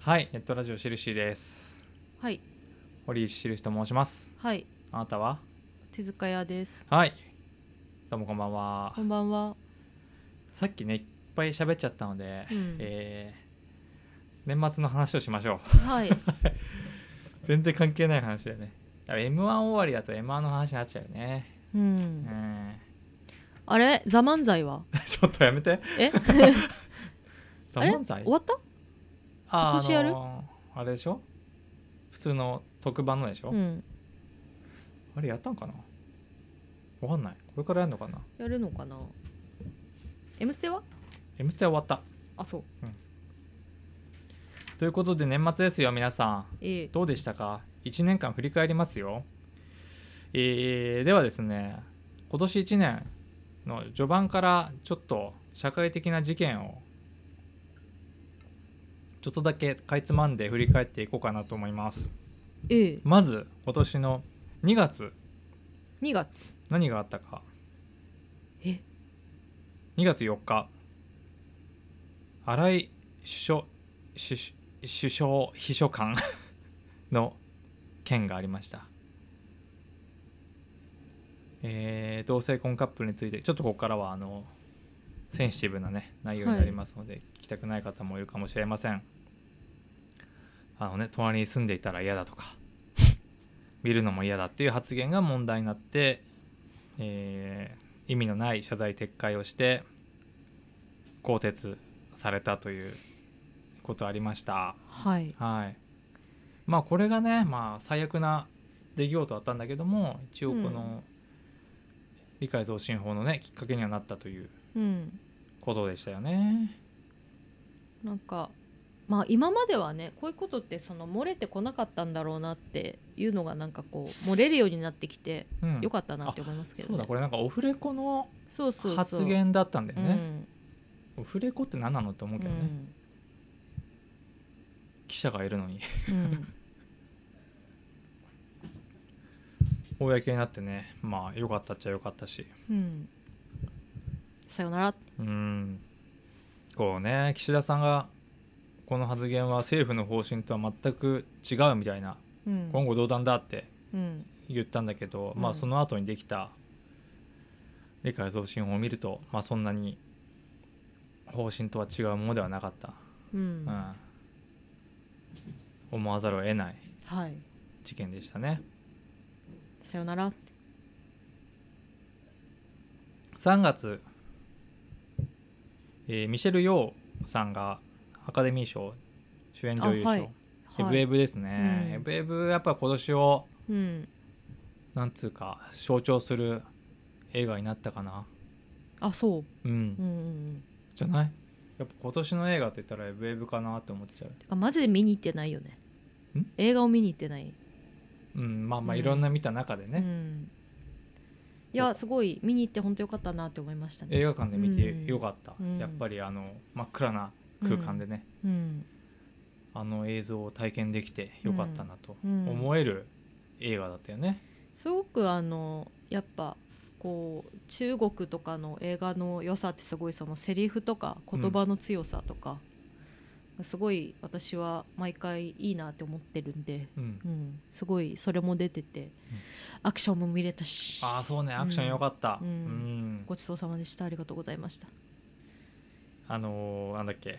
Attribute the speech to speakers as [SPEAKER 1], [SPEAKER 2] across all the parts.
[SPEAKER 1] はい、ネットラジオしるしです。
[SPEAKER 2] はい
[SPEAKER 1] 堀内しるしと申します。
[SPEAKER 2] はい
[SPEAKER 1] あなたは？
[SPEAKER 2] 手塚屋です
[SPEAKER 1] はい。どうもこんばんは
[SPEAKER 2] こ。んば んは
[SPEAKER 1] さっきねいっぱい喋っちゃったので、
[SPEAKER 2] うん
[SPEAKER 1] えー年末の話をしましょう。
[SPEAKER 2] はい
[SPEAKER 1] 全然関係ない話だよね。M1 終わりだと M1 の話になっちゃうよね。
[SPEAKER 2] う
[SPEAKER 1] うんん。
[SPEAKER 2] あれザ漫才は
[SPEAKER 1] ちょっとやめて。
[SPEAKER 2] え
[SPEAKER 1] ザ
[SPEAKER 2] あれ
[SPEAKER 1] 漫才
[SPEAKER 2] 終わった
[SPEAKER 1] あー
[SPEAKER 2] 今年やる
[SPEAKER 1] あのーあれでしょ？普通の特番のでしょ？
[SPEAKER 2] うん
[SPEAKER 1] あれやったんかな？わかんない。これからやるのかな？
[SPEAKER 2] やるのかな M ステは
[SPEAKER 1] M ステは終わった。
[SPEAKER 2] あそう
[SPEAKER 1] ということで年末ですよ皆さん
[SPEAKER 2] ええ
[SPEAKER 1] どうでしたか1年間振り返りますよ、えーではですね今年1年の序盤からちょっと社会的な事件をちょっとだけかいつまんで振り返っていこうかなと思います
[SPEAKER 2] ええ
[SPEAKER 1] まず今年の2月
[SPEAKER 2] 2月
[SPEAKER 1] 何があったか
[SPEAKER 2] え
[SPEAKER 1] 2月4日新井首相首首相秘書官 の件がありました、えー同性婚カップルについてちょっとここからはあのセンシティブなね内容になりますので、聞きたくない方もいるかもしれませんあのね隣に住んでいたら嫌だとか 見るのも嫌だっていう発言が問題になって、えー意味のない謝罪撤回をして更迭されたということありました
[SPEAKER 2] はい
[SPEAKER 1] はいまあこれがねまあ最悪な出来事だったんだけども一応こ
[SPEAKER 2] う
[SPEAKER 1] の理解増進法のねきっかけにはなったという
[SPEAKER 2] うん
[SPEAKER 1] ことでしたよね
[SPEAKER 2] なんかまあ今まではねこういうことってその漏れてこなかったんだろうなっていうのがなんかこう漏れるようになってきて
[SPEAKER 1] うん
[SPEAKER 2] よかったなって思いますけど、ね
[SPEAKER 1] そうだこれなんかオフレコの
[SPEAKER 2] そうそうそう
[SPEAKER 1] 発言だったんだよね
[SPEAKER 2] う
[SPEAKER 1] オ
[SPEAKER 2] ん
[SPEAKER 1] フレコって何なのって思う
[SPEAKER 2] う
[SPEAKER 1] けどね、
[SPEAKER 2] ん
[SPEAKER 1] 記者がいるのに
[SPEAKER 2] うん
[SPEAKER 1] 公になってねまあよかったっちゃよかったし
[SPEAKER 2] うんさよなら
[SPEAKER 1] うんこうね岸田さんがこの発言は政府の方針とは全く違うみたいな
[SPEAKER 2] うん
[SPEAKER 1] 言語道断だって
[SPEAKER 2] うん
[SPEAKER 1] 言ったんだけど、
[SPEAKER 2] うん
[SPEAKER 1] まあその後にできた理解増進法を見ると、まあ、そんなに方針とは違うものではなかった、
[SPEAKER 2] うん
[SPEAKER 1] うん思わざるを得ない
[SPEAKER 2] はい
[SPEAKER 1] 事件でしたね
[SPEAKER 2] さよなら
[SPEAKER 1] 3月、えーミシェル・ヨーさんがアカデミー賞主演女優賞、
[SPEAKER 2] あはい
[SPEAKER 1] ヘブ
[SPEAKER 2] は
[SPEAKER 1] ヘ
[SPEAKER 2] い
[SPEAKER 1] ブですね、
[SPEAKER 2] うん
[SPEAKER 1] ヘブヘブやっぱ今年を
[SPEAKER 2] うん
[SPEAKER 1] なんつうか象徴する映画になったかな
[SPEAKER 2] あそううんうんうん
[SPEAKER 1] じゃないやっぱ今年の映画って言ったらヘブヘブかなって思っちゃう
[SPEAKER 2] てかマジで見に行ってないよね
[SPEAKER 1] ん
[SPEAKER 2] 映画を見に行ってない
[SPEAKER 1] うんまあまあ
[SPEAKER 2] うん
[SPEAKER 1] いろんな見た中で
[SPEAKER 2] う
[SPEAKER 1] ね、
[SPEAKER 2] んいやすごい見に行って本当よかったなって思いましたね
[SPEAKER 1] 映画館で見てよかった、
[SPEAKER 2] うん
[SPEAKER 1] やっぱりあの真っ暗な空間でね、
[SPEAKER 2] うん
[SPEAKER 1] あの映像を体験できてよかったなと
[SPEAKER 2] うん
[SPEAKER 1] 思える映画だったよね、
[SPEAKER 2] すごくあのやっぱこう中国とかの映画の良さってすごいそのセリフとか言葉の強さとか、すごい私は毎回いいなって思ってるんで、
[SPEAKER 1] うん
[SPEAKER 2] うん、すごいそれも出てて、アクションも見れたし
[SPEAKER 1] ああそうねアクション良かった、う
[SPEAKER 2] うんんごちそうさまでしたありがとうございました
[SPEAKER 1] あのーなんだっけ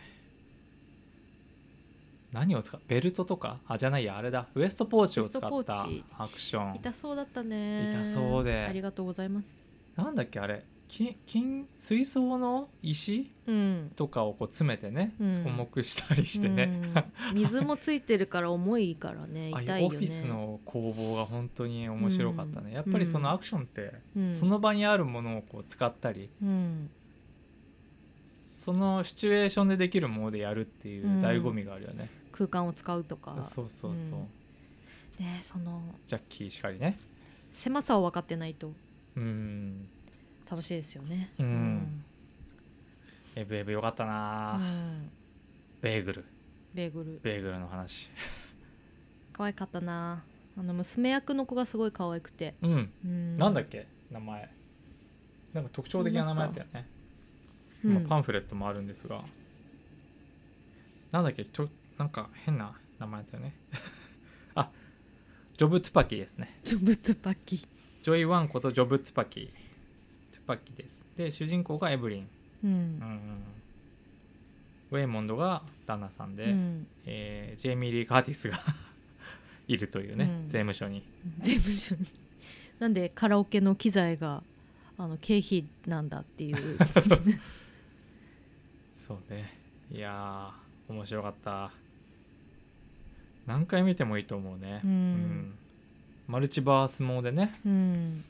[SPEAKER 1] 何を使うベルトとかあじゃないやあれだウエストポーチを使
[SPEAKER 2] ウ
[SPEAKER 1] っ
[SPEAKER 2] エスト
[SPEAKER 1] た
[SPEAKER 2] ポーチ
[SPEAKER 1] アクション
[SPEAKER 2] 痛そうだったね
[SPEAKER 1] 痛そうで
[SPEAKER 2] ありがとうございます
[SPEAKER 1] なんだっけあれ金金水槽の石
[SPEAKER 2] うん
[SPEAKER 1] とかをこう詰めてね、
[SPEAKER 2] うん
[SPEAKER 1] 重くしたりしてね、
[SPEAKER 2] うん水もついてるから重いからね
[SPEAKER 1] ああいう
[SPEAKER 2] 痛いよ
[SPEAKER 1] オ
[SPEAKER 2] ね
[SPEAKER 1] フィスの攻防が本当に面白かったね、
[SPEAKER 2] うん
[SPEAKER 1] やっぱりそのアクションって、
[SPEAKER 2] うん
[SPEAKER 1] その場にあるものをこう使ったり
[SPEAKER 2] うん
[SPEAKER 1] そのシチュエーションでできるものでやるっていう
[SPEAKER 2] うん
[SPEAKER 1] 醍醐味があるよね、
[SPEAKER 2] 空間を使うとか
[SPEAKER 1] そうそうそう、
[SPEAKER 2] うんねその
[SPEAKER 1] ジャッキーしかりね
[SPEAKER 2] 狭さを分かってないと
[SPEAKER 1] うん
[SPEAKER 2] 楽しいですよね
[SPEAKER 1] うんエブエブよかった
[SPEAKER 2] う
[SPEAKER 1] なあ、
[SPEAKER 2] ん
[SPEAKER 1] ベーグル
[SPEAKER 2] ベーグル
[SPEAKER 1] ベーグルの話
[SPEAKER 2] 可愛かったなあの娘役の子がすごい可愛くて、
[SPEAKER 1] うん、
[SPEAKER 2] うん、
[SPEAKER 1] なんだっけ名前なんか特徴的な名前だったよね、
[SPEAKER 2] うん
[SPEAKER 1] 今パンフレットもあるんですがなんだっけちょなんか変な名前だよね あジョブ・ツパキですね
[SPEAKER 2] ジョブツパキ
[SPEAKER 1] ジョイ・ワンことジョブ・ツパキツパキですで主人公がエブリン、
[SPEAKER 2] う
[SPEAKER 1] うんう
[SPEAKER 2] ん
[SPEAKER 1] んウェイモンドが旦那さんで、
[SPEAKER 2] うん
[SPEAKER 1] えージェイミー・リー・カーティスが いるというね、
[SPEAKER 2] うん
[SPEAKER 1] 税務署に
[SPEAKER 2] 税務署になんでカラオケの機材があの経費なんだっていう
[SPEAKER 1] そうねいやー面白かった何回見てもいいと思うね、
[SPEAKER 2] うん
[SPEAKER 1] マルチバースもでね
[SPEAKER 2] うん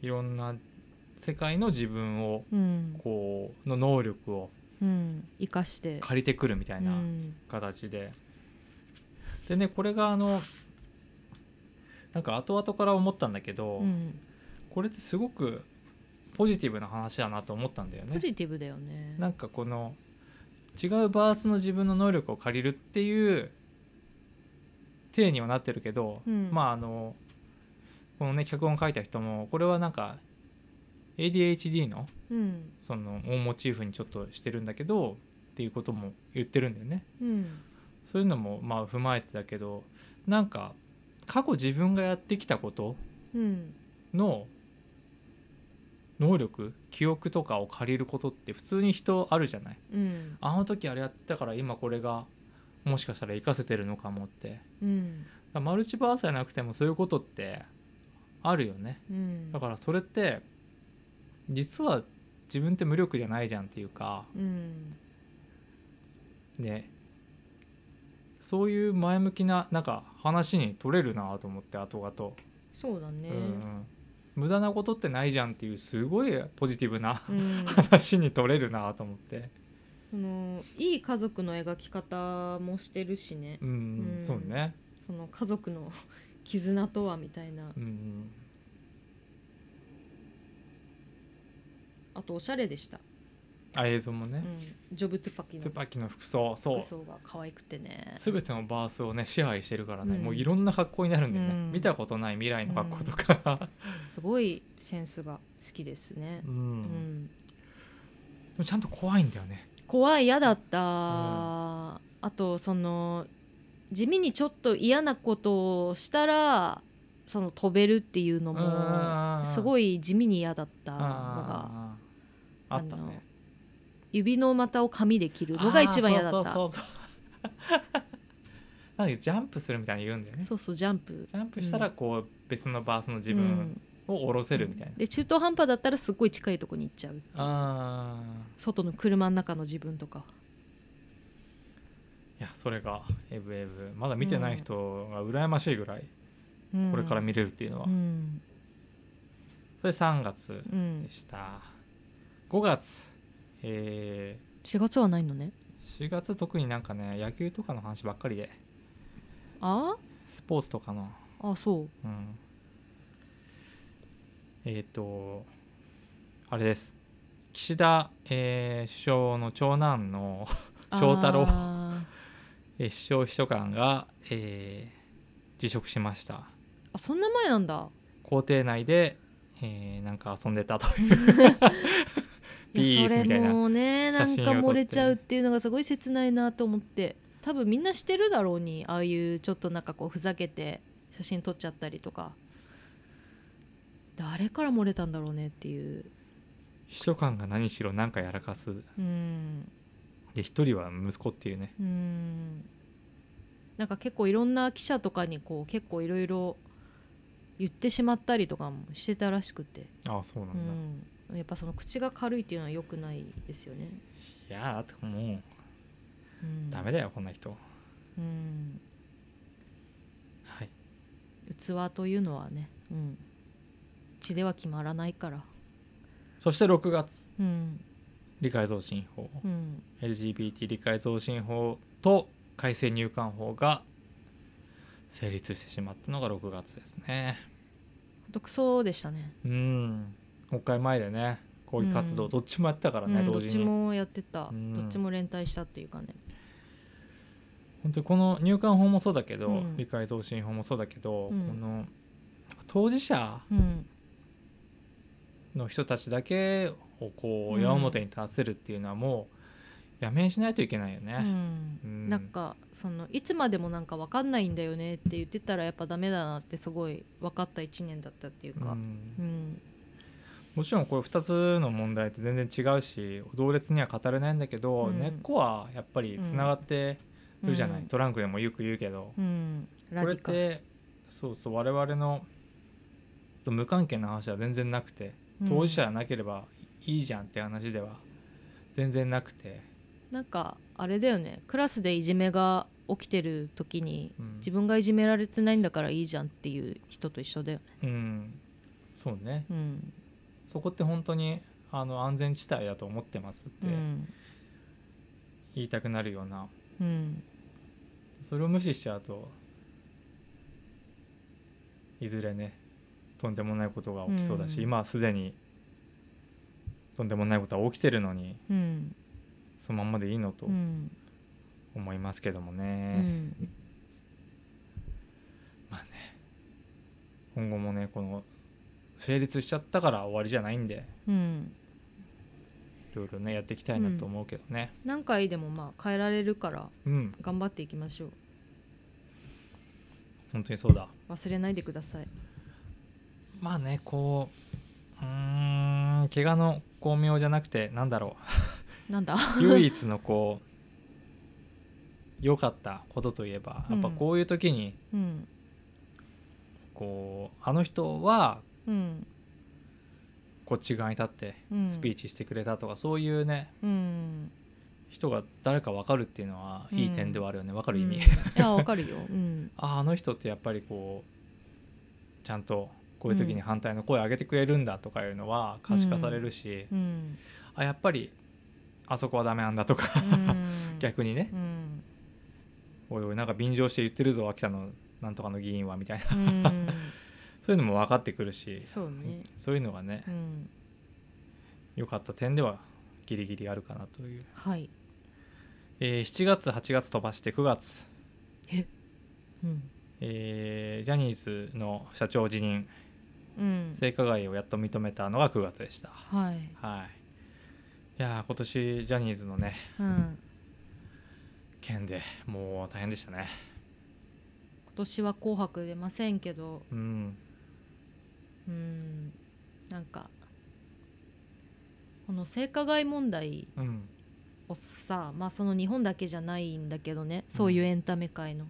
[SPEAKER 1] いろんな世界の自分を
[SPEAKER 2] うん
[SPEAKER 1] こうの能力を
[SPEAKER 2] うん生かして
[SPEAKER 1] 借りてくるみたいうなん形で、でねこれがあのなんか後々から思ったんだけど、
[SPEAKER 2] うん
[SPEAKER 1] これってすごくポジティブな話だなと思ったんだよね
[SPEAKER 2] ポ。ジティブだよね
[SPEAKER 1] なんかこの違うバースの自分の能力を借りるっていう体にはなってるけど、
[SPEAKER 2] うん
[SPEAKER 1] まああのこのね脚本書いた人もこれはなんか ADHD の
[SPEAKER 2] うん
[SPEAKER 1] そのをモチーフにちょっとしてるんだけどっていうことも言ってるんだよね。
[SPEAKER 2] うん
[SPEAKER 1] そういうのもまあ踏まえてだけどなんか過去自分がやってきたこと
[SPEAKER 2] うん
[SPEAKER 1] の能力記憶とかを借りることって普通に人あるじゃない。
[SPEAKER 2] うん
[SPEAKER 1] あの時あれやったから今これがもしかしたら活かせてるのかもってだか
[SPEAKER 2] うん
[SPEAKER 1] らマルチバースじゃなくてもそういうことってあるよね
[SPEAKER 2] うん
[SPEAKER 1] だからそれって実は自分って無力じゃないじゃんっていうか
[SPEAKER 2] うん
[SPEAKER 1] ねそういう前向きななんか話に取れるなと思って後々、
[SPEAKER 2] そうだね
[SPEAKER 1] うん無駄なことってないじゃんっていうすごいポジティブな
[SPEAKER 2] うん
[SPEAKER 1] 話に取れるなと思って
[SPEAKER 2] そのいい家族の描き方もしてるしね
[SPEAKER 1] うん、
[SPEAKER 2] うん
[SPEAKER 1] そうね
[SPEAKER 2] その家族の絆とはみたいな
[SPEAKER 1] うん
[SPEAKER 2] あとおしゃれでした、
[SPEAKER 1] あ映像もね、
[SPEAKER 2] うん、ジョブトゥパキの
[SPEAKER 1] ツバキの服装そう
[SPEAKER 2] 服装が可愛くてね
[SPEAKER 1] 全てのバースをね支配してるからね、
[SPEAKER 2] うん
[SPEAKER 1] もういろんな格好になるんだよね、
[SPEAKER 2] うん
[SPEAKER 1] 見たことない未来の格好とか、
[SPEAKER 2] すごいセンスが好きですね
[SPEAKER 1] う、ん
[SPEAKER 2] うん
[SPEAKER 1] でもちゃんと怖いんだよね
[SPEAKER 2] 怖い嫌だった、
[SPEAKER 1] ん
[SPEAKER 2] あとその地味にちょっと嫌なことをしたらその飛べるっていうの
[SPEAKER 1] あ
[SPEAKER 2] も
[SPEAKER 1] ー
[SPEAKER 2] すごい地味に嫌だったのが
[SPEAKER 1] あーあった
[SPEAKER 2] あの
[SPEAKER 1] ね
[SPEAKER 2] 指の股を紙で切るのが一番嫌だった
[SPEAKER 1] あーそうそうそうそう なんかジャンプするみたいに言うんだよね
[SPEAKER 2] そうそうジャンプ
[SPEAKER 1] ジャンプしたらこう、別のバースの自分を下ろせるみたいな、
[SPEAKER 2] で中途半端だったらすっごい近いとこに行っちゃうっていう
[SPEAKER 1] ああ
[SPEAKER 2] 外の車の中の自分とか
[SPEAKER 1] いやそれがエブエブまだ見てない人が羨ましいぐらいこれから見
[SPEAKER 2] る
[SPEAKER 1] れるっていうのは、
[SPEAKER 2] うん
[SPEAKER 1] それ3月、
[SPEAKER 2] うん
[SPEAKER 1] で、した5月え
[SPEAKER 2] 4月はないのね
[SPEAKER 1] ー4月特になんかね野球とかの話ばっかりで
[SPEAKER 2] あ
[SPEAKER 1] スポーツとかの
[SPEAKER 2] ああそう
[SPEAKER 1] うんえっ、とあれです岸田、えー首相の長男の翔太郎
[SPEAKER 2] あ
[SPEAKER 1] えー首相秘書官が、えー辞職しました
[SPEAKER 2] ーあそんな前なんだ
[SPEAKER 1] 校庭内で、えーなんか遊んでたと いう
[SPEAKER 2] いや
[SPEAKER 1] ピースみたいな
[SPEAKER 2] それもねな
[SPEAKER 1] 写
[SPEAKER 2] ん
[SPEAKER 1] 真
[SPEAKER 2] か
[SPEAKER 1] を撮って
[SPEAKER 2] 漏れちゃうっていうのがすごい切ないなと思って多分みんなしてるだろうにああいうちょっとなんかこうふざけて写真撮っちゃったりとか誰から漏れたんだろうねっていう
[SPEAKER 1] 秘書官が何しろ何かやらかす
[SPEAKER 2] うん
[SPEAKER 1] で一人は息子っていうね
[SPEAKER 2] うんなんか結構いろんな記者とかにこう結構いろいろ言ってしまったりとかもしてたらしくて、
[SPEAKER 1] ああそうなんだ、
[SPEAKER 2] うん、やっぱその口が軽いっていうのは良くないですよね、
[SPEAKER 1] いやーだってもう
[SPEAKER 2] うん、
[SPEAKER 1] ダメだよこんな人
[SPEAKER 2] うん
[SPEAKER 1] はい
[SPEAKER 2] 器というのはね、うん、血では決まらないから
[SPEAKER 1] そして6月
[SPEAKER 2] うん
[SPEAKER 1] 理解増進法
[SPEAKER 2] うん
[SPEAKER 1] LGBT 理解増進法と改正入管法が成立してしまったのが6月ですね
[SPEAKER 2] ほんとクソでしたね
[SPEAKER 1] うん国会前でね抗議活動
[SPEAKER 2] うん
[SPEAKER 1] どっちもやってたからね、
[SPEAKER 2] うんど
[SPEAKER 1] 同
[SPEAKER 2] っ
[SPEAKER 1] 時
[SPEAKER 2] ち
[SPEAKER 1] に
[SPEAKER 2] もやってた、
[SPEAKER 1] うん
[SPEAKER 2] どっちも連帯したっていうかね
[SPEAKER 1] 本当にこの入管法もそうだけど、
[SPEAKER 2] うん
[SPEAKER 1] 理解増進法もそうだけど、
[SPEAKER 2] うん
[SPEAKER 1] この当事者
[SPEAKER 2] うん
[SPEAKER 1] の人たちだけをこ
[SPEAKER 2] う
[SPEAKER 1] うん矢面に立たせるっていうのはもうやめにしないといけないよね、
[SPEAKER 2] う
[SPEAKER 1] う
[SPEAKER 2] ん
[SPEAKER 1] んうん
[SPEAKER 2] なんかそのいつまでもなんか分かんないんだよねって言ってたらやっぱダメだなってすごい分かった1年だったっていう
[SPEAKER 1] う
[SPEAKER 2] か、うんん
[SPEAKER 1] もちろんこれ2つの問題って全然違うし同列には語れないんだけど、
[SPEAKER 2] うん
[SPEAKER 1] 根っこはやっぱりつながってるじゃない、
[SPEAKER 2] うん
[SPEAKER 1] トランクでもよく言うけど、
[SPEAKER 2] うん、ラ
[SPEAKER 1] これ
[SPEAKER 2] デ
[SPEAKER 1] っ
[SPEAKER 2] ィカ
[SPEAKER 1] てそうそう我々の無関係な話は全然なくて当事者じゃなければいいじゃんって話では全然なくて、
[SPEAKER 2] なんかあれだよねクラスでいじめが起きてる時に
[SPEAKER 1] うん
[SPEAKER 2] 自分がいじめられてないんだからいいじゃんっていう人と一緒だよね、
[SPEAKER 1] うん、そうね
[SPEAKER 2] うん
[SPEAKER 1] そこって本当にあの安全地帯だと思ってますって
[SPEAKER 2] うん
[SPEAKER 1] 言いたくなるような、
[SPEAKER 2] うん
[SPEAKER 1] それを無視しちゃうといずれねとんでもないことが起きそうだし、
[SPEAKER 2] うん
[SPEAKER 1] 今はすでにとんでもないことは起きてるのに
[SPEAKER 2] うん
[SPEAKER 1] そのまんまでいいのと
[SPEAKER 2] うん
[SPEAKER 1] 思いますけども
[SPEAKER 2] う
[SPEAKER 1] ね、
[SPEAKER 2] ん
[SPEAKER 1] 今後もねこの成立しちゃったから終わりじゃないんで
[SPEAKER 2] うん
[SPEAKER 1] いろいろねやっていきたいなと思うけどね
[SPEAKER 2] 何回でもまあ変えられるから
[SPEAKER 1] うん、
[SPEAKER 2] 頑張っていきましょう
[SPEAKER 1] 本当にそうだ
[SPEAKER 2] 忘れないでください
[SPEAKER 1] まあねこううーん怪我の巧妙じゃなくてなんだろ
[SPEAKER 2] なんだ
[SPEAKER 1] う唯一のこう良かったことといえばやっぱこういう時に
[SPEAKER 2] うん
[SPEAKER 1] こうあの人は
[SPEAKER 2] うん
[SPEAKER 1] こっち側に立って
[SPEAKER 2] うん
[SPEAKER 1] スピーチしてくれたとか、そういうね
[SPEAKER 2] うん
[SPEAKER 1] 人が誰か分かるっていうのはいい点ではあるよね分かる意味、
[SPEAKER 2] うんいやわかるようん
[SPEAKER 1] あーあの人ってやっぱりこうちゃんとこういう時に反対の声を上げてくれるんだとかいうのは可視化されるし、
[SPEAKER 2] うん
[SPEAKER 1] あやっぱりあそこはダメなんだとか、
[SPEAKER 2] うん
[SPEAKER 1] 逆にね
[SPEAKER 2] う、ん
[SPEAKER 1] おいおいなんか便乗して言ってるぞ秋田のなんとかの議員はみたいな
[SPEAKER 2] うん
[SPEAKER 1] そういうのも分かってくるし
[SPEAKER 2] そうね
[SPEAKER 1] そういうのがね
[SPEAKER 2] うん
[SPEAKER 1] 良かった点ではギリギリあるかなという、
[SPEAKER 2] はい
[SPEAKER 1] えー7月8月飛ばして9月、
[SPEAKER 2] うん
[SPEAKER 1] えージャニーズの社長辞任
[SPEAKER 2] うん
[SPEAKER 1] 性加害をやっと認めたのが9月でした。
[SPEAKER 2] はい
[SPEAKER 1] はい、いやー今年ジャニーズのね
[SPEAKER 2] うん
[SPEAKER 1] 件でもう大変でしたね
[SPEAKER 2] 今年は「紅白」出ませんけど
[SPEAKER 1] うん
[SPEAKER 2] うんなんかこの性加害問題
[SPEAKER 1] うん
[SPEAKER 2] をさまあその日本だけじゃないんだけどねそういうエンタメ界の、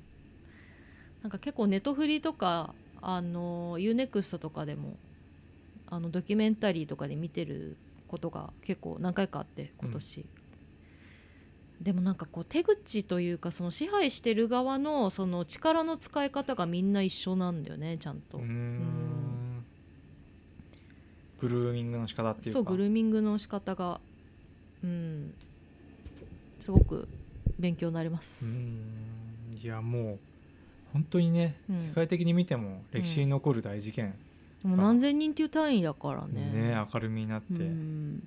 [SPEAKER 2] なんか結構ネトフリとかあの UNEXT とかでもあのドキュメンタリーとかで見てることが結構何回かあって今年、でもなんかこう手口というかその支配してる側のその力の使い方がみんな一緒なんだよねちゃんと、
[SPEAKER 1] うーんグルーミングの仕方っていうか
[SPEAKER 2] そうグルーミングの仕方がうんすごく勉強になりま
[SPEAKER 1] う
[SPEAKER 2] す、
[SPEAKER 1] ーんいやもう本当にね、
[SPEAKER 2] うん
[SPEAKER 1] 世界的に見ても歴史に残る大事件、
[SPEAKER 2] もう何千人っていう単位だからね
[SPEAKER 1] ね明るみになって、
[SPEAKER 2] うん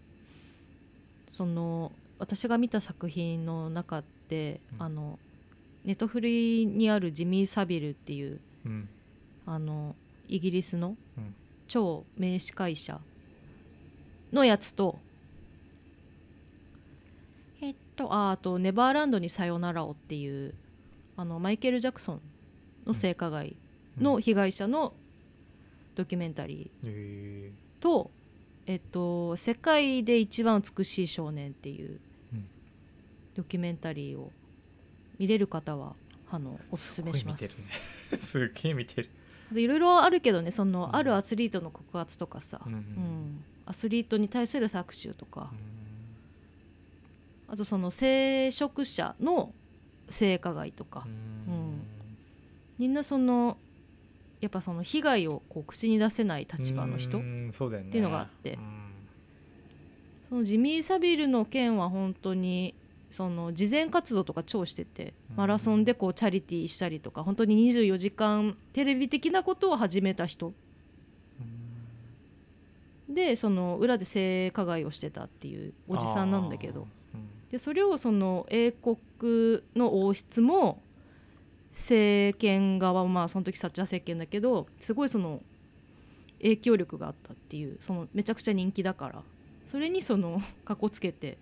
[SPEAKER 2] その私が見た作品の中で、
[SPEAKER 1] うん
[SPEAKER 2] あのネットフリにあるジミー・サビルっていう
[SPEAKER 1] うん
[SPEAKER 2] あのイギリスの
[SPEAKER 1] うん
[SPEAKER 2] 超名司会者のやつと、えっとああと「ネバーランドにさよならを」っていうあのマイケル・ジャクソンの性加害の被害者のドキュメンタリー
[SPEAKER 1] え
[SPEAKER 2] と、えっと「世界で一番美しい少年」っていう
[SPEAKER 1] うん
[SPEAKER 2] ドキュメンタリーを見れる方はあのおすすめします。
[SPEAKER 1] ーすっげえ見てる、
[SPEAKER 2] でいろいろあるけどねその、
[SPEAKER 1] うん
[SPEAKER 2] あるアスリートの告発とかさ、
[SPEAKER 1] う
[SPEAKER 2] うんん
[SPEAKER 1] うん
[SPEAKER 2] アスリートに対する搾取とか
[SPEAKER 1] う、ん
[SPEAKER 2] あとその聖職者の性加害とか、うんみんなそのやっぱその被害をこう口に出せない立場の人、
[SPEAKER 1] うんそうだよね
[SPEAKER 2] っていうのがあって
[SPEAKER 1] うん
[SPEAKER 2] そのジミー・サビルの件は本当にその慈善活動とか超してて
[SPEAKER 1] うん
[SPEAKER 2] マラソンでこうチャリティーしたりとか本当に24時間テレビ的なことを始めた人でその裏で性加害をしてたっていうおじさんなんだけど
[SPEAKER 1] あー、
[SPEAKER 2] でそれをその英国の王室も政権側まあその時サッチャー政権だけどすごいその影響力があったっていうそのめちゃ くちゃ人気だからそれにそのかこつけて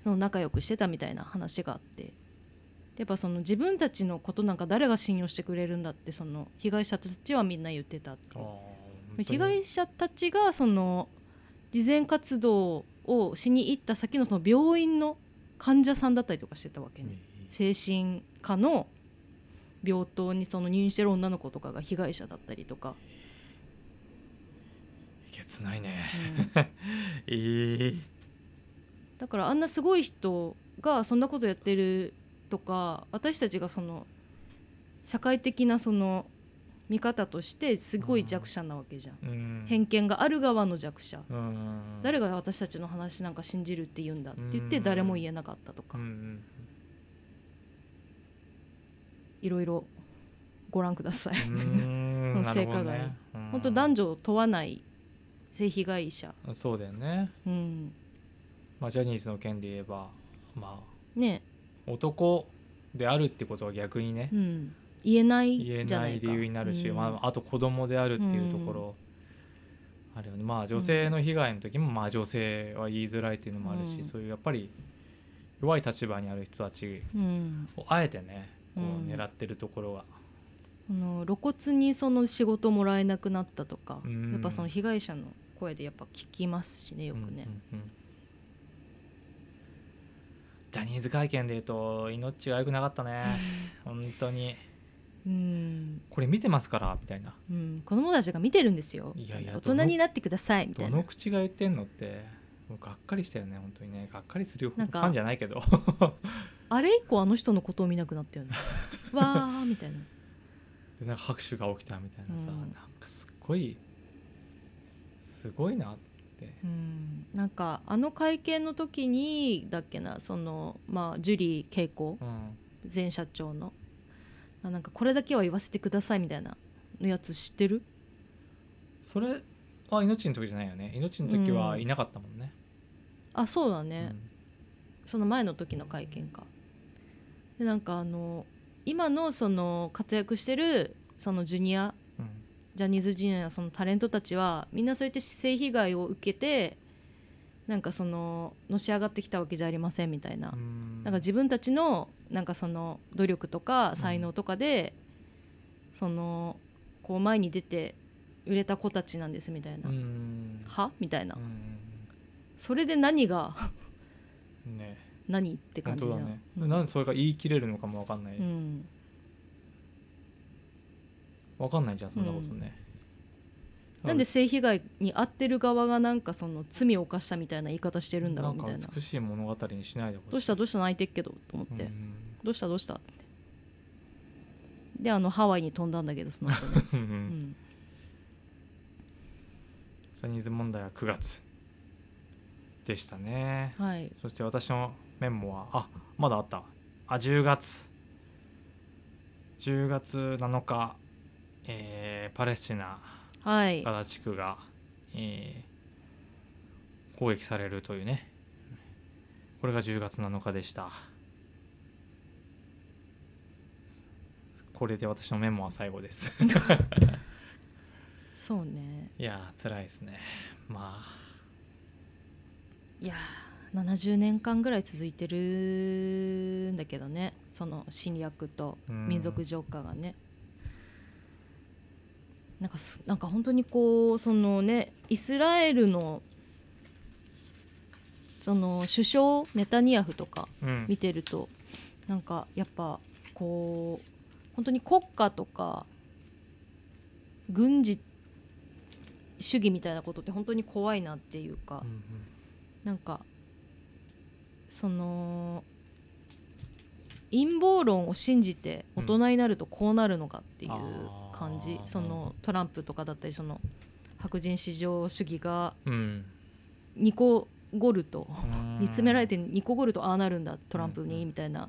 [SPEAKER 2] そその仲良くしてたみたいな話があってでやっぱその自分たちのことなんか誰が信用してくれるんだってその被害者たちはみんな言ってたって
[SPEAKER 1] あー本当に
[SPEAKER 2] 被害者たちがその慈善活動をしに行った先のその病院の患者さんだったりとかしてたわけね、精神科の病棟にその入院してる女の子とかが被害者だったり とか、
[SPEAKER 1] えげつないね
[SPEAKER 2] うん
[SPEAKER 1] えー
[SPEAKER 2] だからあんなすごい人がそんなことやってるとか私たちがその社会的なその見方としてすごい弱者なわけじゃん、
[SPEAKER 1] うん
[SPEAKER 2] 偏見がある側の弱者、
[SPEAKER 1] うん
[SPEAKER 2] 誰が私たちの話なんか信じるって言うんだって言っ
[SPEAKER 1] う
[SPEAKER 2] て
[SPEAKER 1] ん
[SPEAKER 2] 誰も言えなかったと
[SPEAKER 1] う
[SPEAKER 2] か、
[SPEAKER 1] んうん
[SPEAKER 2] いろいろご覧ください、
[SPEAKER 1] う ーん
[SPEAKER 2] その性加害
[SPEAKER 1] なるほどね
[SPEAKER 2] 本当男女を問わない性被害者、
[SPEAKER 1] うんそうだよね、
[SPEAKER 2] うん、
[SPEAKER 1] まあ、ジャニーズの件で言えばま
[SPEAKER 2] ね、
[SPEAKER 1] あ男であるってことは逆にね、
[SPEAKER 2] うん、言えない
[SPEAKER 1] 言え
[SPEAKER 2] じゃ
[SPEAKER 1] な
[SPEAKER 2] ないいか
[SPEAKER 1] 理由になるし、
[SPEAKER 2] うん
[SPEAKER 1] まあ、あと子供であるっていうところ、あるよねまあ女性の被害の時も、まあ、女性は言いづらいっていうのもあるし、
[SPEAKER 2] うん
[SPEAKER 1] そういうやっぱり弱い立場にある人たち
[SPEAKER 2] うん、
[SPEAKER 1] をあえてねこ
[SPEAKER 2] う
[SPEAKER 1] うん狙ってるところが、
[SPEAKER 2] あの露骨にその仕事もらえなくなったとか、
[SPEAKER 1] うん
[SPEAKER 2] やっぱその被害者の声でやっぱ聞きますしねよく
[SPEAKER 1] うん
[SPEAKER 2] ね、
[SPEAKER 1] うんうんジャニーズ会見で言うと命が良くなかった ね本当に
[SPEAKER 2] うん
[SPEAKER 1] これ見てますからみたいな
[SPEAKER 2] うん、子供たちが見てるんですよ
[SPEAKER 1] いやいや
[SPEAKER 2] 大
[SPEAKER 1] ど
[SPEAKER 2] 人
[SPEAKER 1] の
[SPEAKER 2] になってくださいみた
[SPEAKER 1] ど
[SPEAKER 2] いな
[SPEAKER 1] の口が言ってんのってもうがっかりしたよね本当にねがっかりするよフ
[SPEAKER 2] なんか
[SPEAKER 1] ァンじゃないけど
[SPEAKER 2] あれ以降あの人のことを見なくなったよねわーみたいな
[SPEAKER 1] でなんか拍手が起きたみたいなさ、
[SPEAKER 2] うん
[SPEAKER 1] なんかすっごいすごいなって
[SPEAKER 2] うんなんかあの会見の時にだっけなそのまあジュリー景子
[SPEAKER 1] うん
[SPEAKER 2] 前社長のあなんかこれだけは言わせてくださいみたいなのやつ知ってる
[SPEAKER 1] それは命の時じゃないよね命の時はいなかったもんね、
[SPEAKER 2] あそうだ
[SPEAKER 1] うん
[SPEAKER 2] ね、その前の時の会見かでなんかあの今のその活躍してるそのジュニア
[SPEAKER 1] うん
[SPEAKER 2] ジャニーズジュニアのそのタレントたちはみんなそうやって性被害を受けてなんかそののし上がってきたわけじゃありませんみたいな、
[SPEAKER 1] うん
[SPEAKER 2] なんか自分たちのなんかその努力とか才能とかで、そのこう前に出て売れた子たちなんですみたいな、
[SPEAKER 1] うん
[SPEAKER 2] はみたいな、
[SPEAKER 1] うん
[SPEAKER 2] それで何が
[SPEAKER 1] ね
[SPEAKER 2] 何って
[SPEAKER 1] 本
[SPEAKER 2] 感じ
[SPEAKER 1] 当
[SPEAKER 2] じ
[SPEAKER 1] だ
[SPEAKER 2] ゃん
[SPEAKER 1] ね、
[SPEAKER 2] う
[SPEAKER 1] なんでそれが言い切れるのかもわかんない、
[SPEAKER 2] うん
[SPEAKER 1] わかんないじゃんそんなことね、
[SPEAKER 2] なんで性被害に遭ってる側がなんかその罪を犯したみたいな言い方してるんだろうみたいな
[SPEAKER 1] なんか美しい物語にしないでほしい
[SPEAKER 2] どうしたど
[SPEAKER 1] う
[SPEAKER 2] うした泣いてっけどと思って、
[SPEAKER 1] ん
[SPEAKER 2] どうしたどうしたってであのハワイに飛んだんだけどその後ね、
[SPEAKER 1] うんう
[SPEAKER 2] うん ん、
[SPEAKER 1] ジャニーズ問題は9月でしたね
[SPEAKER 2] はい
[SPEAKER 1] そして私のメモはあまだあったあ10月10月7日、えーパレスチナ
[SPEAKER 2] はい
[SPEAKER 1] ガザ地区が、えー攻撃されるというねこれが10月7日でしたこれで私のメモは最後です
[SPEAKER 2] そうね
[SPEAKER 1] いやー辛いですねまあ
[SPEAKER 2] いやー70年間ぐらい続いてるんだけどねその侵略と民族浄化がね、なんかすなんか本当にこうそのねイスラエルのその首相ネタニヤフとか
[SPEAKER 1] うん
[SPEAKER 2] 見てるとなんかやっぱこう本当に国家とか軍事主義みたいなことって本当に怖いなっていうか、
[SPEAKER 1] うん
[SPEAKER 2] なんかその陰謀論を信じて大人になるとこうなるのかっていう感じ、
[SPEAKER 1] あー
[SPEAKER 2] そのトランプとかだったりその白人至上主義が
[SPEAKER 1] うんうん
[SPEAKER 2] ニコゴルと
[SPEAKER 1] うん
[SPEAKER 2] 煮詰められてニコゴルとああなるんだトランプにみたいな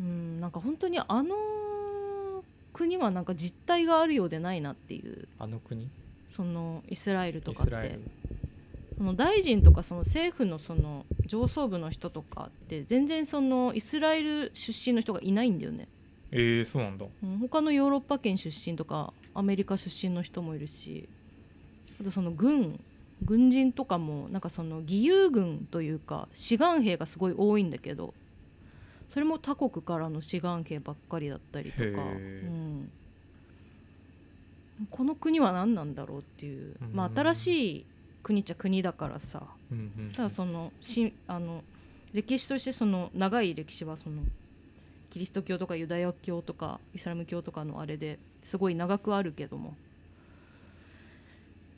[SPEAKER 2] うんなんか本当にあの国はなんか実態があるようでないなっていう
[SPEAKER 1] あの国
[SPEAKER 2] そのイスラエルと
[SPEAKER 1] イ
[SPEAKER 2] かっ
[SPEAKER 1] スラエ
[SPEAKER 2] て
[SPEAKER 1] ル
[SPEAKER 2] その大臣とかその政府のその上層部の人とかって全然そのイスラエル出身の人がいないんだよね、
[SPEAKER 1] えー、そうなんだ
[SPEAKER 2] うん、他のヨーロッパ圏出身とかアメリカ出身の人もいるしあとその軍軍人とかもなんかその義勇軍というか志願兵がすごい多いんだけどそれも他国からの志願兵ばっかりだったりとか、う
[SPEAKER 1] へえ
[SPEAKER 2] ん、この国は何なんだろうっていう、まあ
[SPEAKER 1] う、ん
[SPEAKER 2] 新しい国っちゃ国だからさ
[SPEAKER 1] うんうんうん
[SPEAKER 2] ただそのしあの歴史としてその長い歴史はそのキリスト教とかユダヤ教とかイスラム教とかのあれですごい長くあるけども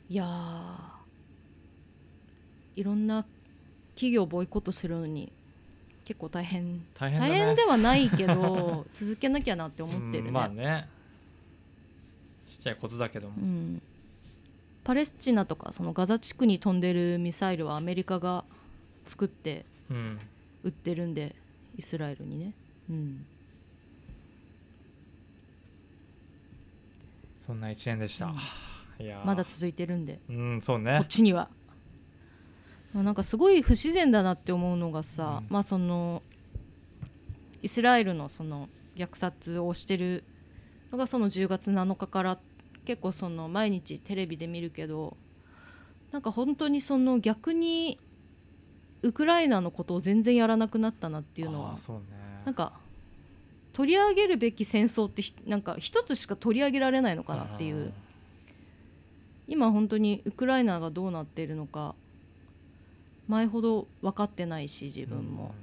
[SPEAKER 2] いやーいろんな企業をボイコットするのに結構大変
[SPEAKER 1] 大変だ
[SPEAKER 2] 大
[SPEAKER 1] ね
[SPEAKER 2] 変ではないけ ど続けなきゃなって思って
[SPEAKER 1] う
[SPEAKER 2] るね,、
[SPEAKER 1] んまあねちっちゃいことだけども
[SPEAKER 2] う、ん、パレスチナとかそのガザ地区に飛んでるミサイルはアメリカが作って
[SPEAKER 1] うん、
[SPEAKER 2] 売ってるんでイスラエルにね、うん、
[SPEAKER 1] そんな一年でした、いやー
[SPEAKER 2] まだ続いてるんで
[SPEAKER 1] うんそう
[SPEAKER 2] こっ
[SPEAKER 1] ね
[SPEAKER 2] ちには、まあ、なんかすごい不自然だなって思うのがさ、
[SPEAKER 1] うん
[SPEAKER 2] まあそのイスラエルのその虐殺をしてるのがその10月7日から結構その毎日テレビで見るけどなんか本当にその逆にウクライナのことを全然やらなくなったなっていうの
[SPEAKER 1] あ
[SPEAKER 2] は
[SPEAKER 1] ーそうね
[SPEAKER 2] なんか取り上げるべき戦争ってひなんか一つしか取り上げられないのかなっていう今本当にウクライナがどうなっているのか前ほど分かってないし自
[SPEAKER 1] 自
[SPEAKER 2] 分も。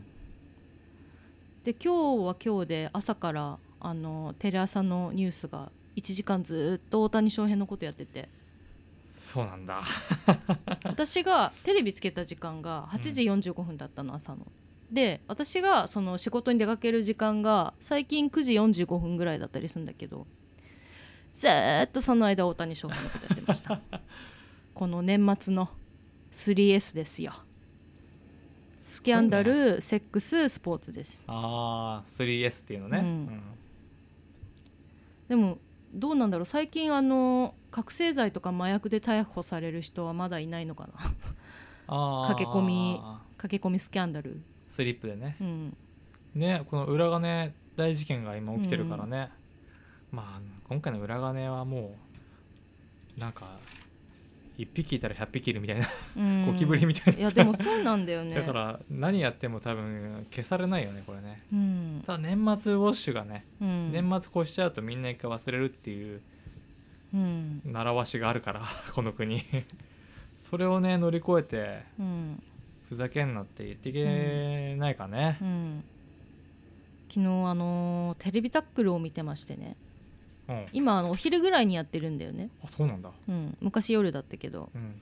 [SPEAKER 2] で今日は今日で朝からあのテレ朝のニュースが1時間ずっと大谷翔平のことやってて
[SPEAKER 1] そうなんだ
[SPEAKER 2] 私がテレビつけた時間が8時45分だったの朝の。で私がその仕事に出かける時間が最近9時45分ぐらいだったりするんだけどずーっとその間大谷翔平のことやってました この年末の 3S ですよスキャンダ
[SPEAKER 1] すごいね
[SPEAKER 2] ル、セックススポーツです
[SPEAKER 1] ああ 3S っていうのね、
[SPEAKER 2] うんでもどうなんだろう最近あの覚醒剤とか麻薬で逮捕される人はまだいないの かな
[SPEAKER 1] あー
[SPEAKER 2] 駆け込み駆け込みスキャンダル
[SPEAKER 1] スリップでね
[SPEAKER 2] うん
[SPEAKER 1] ねこの裏金大事件が今起きてるからね、まあ今回の裏金はもうなんか1匹いたら100匹いるみたいな、
[SPEAKER 2] うん
[SPEAKER 1] ゴキブリみたいない
[SPEAKER 2] やでもそうなんだよね
[SPEAKER 1] だから何やっても多分消されないよねこれね
[SPEAKER 2] うん、
[SPEAKER 1] ただ年末ウォッシュがね、
[SPEAKER 2] うん、
[SPEAKER 1] 年末こうしちゃうとみんな一回忘れるっていう
[SPEAKER 2] うん
[SPEAKER 1] 習わしがあるから この国それをね乗り越えて
[SPEAKER 2] うん
[SPEAKER 1] ふざけんなって言っていけないかね
[SPEAKER 2] う、ん昨日あのーテレビタックルを見てましてね
[SPEAKER 1] うん
[SPEAKER 2] 今あのお昼ぐらいにやってるんだよね、
[SPEAKER 1] あそうなんだ
[SPEAKER 2] うん、昔夜だったけど
[SPEAKER 1] うん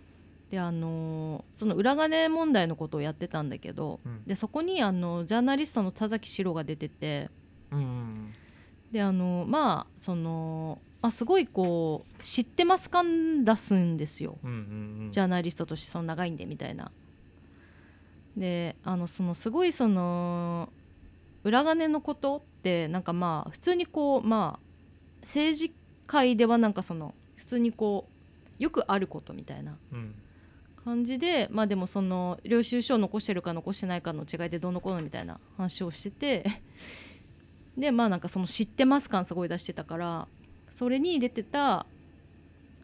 [SPEAKER 2] であのーその裏金問題のことをやってたんだけど
[SPEAKER 1] うん
[SPEAKER 2] でそこにあのジャーナリストの田崎史郎が出てて
[SPEAKER 1] うんうん
[SPEAKER 2] であのまあその、まあ、すごいこう知ってます感出すんですよ
[SPEAKER 1] うんうんうん
[SPEAKER 2] ジャーナリストとしてその長いんでみたいな。であのそのすごいその裏金のことってなんかまあ普通にこうまあ政治界ではなんかその普通にこうよくあることみたいな
[SPEAKER 1] うん
[SPEAKER 2] 感じでまあでもその領収書を残してるか残してないかの違いでどうのこうのみたいな話をしてて でまあなんかその知ってます感すごい出してたからそれに出てた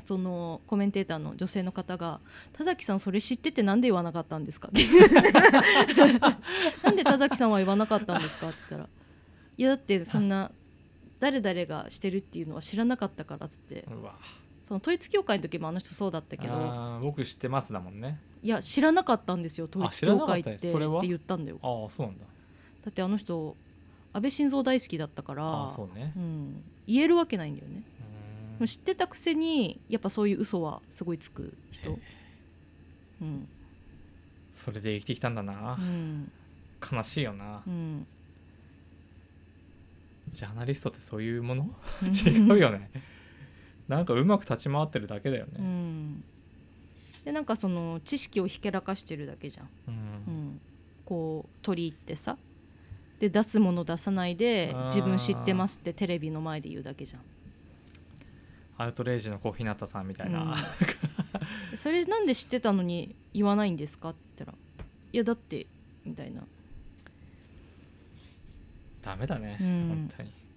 [SPEAKER 2] そのコメンテーターの女性の方が「田崎さんそれ知っててなんで言わなかったんですか?」っていうなんで田崎さんは言わなかったんですか?」って言ったら「いやだってそんな誰々がしてるっていうのは知らなかったから」っつって
[SPEAKER 1] うわ
[SPEAKER 2] その統一教会の時もあの人そうだったけど。
[SPEAKER 1] あー僕知ってますだもんね
[SPEAKER 2] いや知らなかったんですよ統一
[SPEAKER 1] 知らな
[SPEAKER 2] 教
[SPEAKER 1] かっ
[SPEAKER 2] 会
[SPEAKER 1] た
[SPEAKER 2] っ
[SPEAKER 1] で
[SPEAKER 2] てっ
[SPEAKER 1] す
[SPEAKER 2] て
[SPEAKER 1] それは
[SPEAKER 2] 言ったんだよ
[SPEAKER 1] ああそうなんだ
[SPEAKER 2] だってあの人安倍晋三大好きだったから
[SPEAKER 1] ああそうね
[SPEAKER 2] うん、言えるわけないんだよね
[SPEAKER 1] う
[SPEAKER 2] もう知ってたくせにやっぱそういう嘘はすごいつく人
[SPEAKER 1] へ、
[SPEAKER 2] うん
[SPEAKER 1] それで生きてきたんだな
[SPEAKER 2] う、ん
[SPEAKER 1] 悲しいよな、
[SPEAKER 2] うん、
[SPEAKER 1] ジャーナリストってそういうもの 違うよねなんかうまく立ち回ってるだけだよ
[SPEAKER 2] う
[SPEAKER 1] ね
[SPEAKER 2] ん、でなんかその知識をひけらかしてるだけじゃん、
[SPEAKER 1] うん、
[SPEAKER 2] うん、こう取り入ってさで出すもの出さないで自分知ってますってテレビの前で言うだけじゃん
[SPEAKER 1] アウトレイジの小日向さんみたいな、
[SPEAKER 2] うんそれなんで知ってたのに言わないんですかって言ったら「いやだって」みたいな
[SPEAKER 1] ダメだね、
[SPEAKER 2] うん
[SPEAKER 1] 本当に
[SPEAKER 2] 「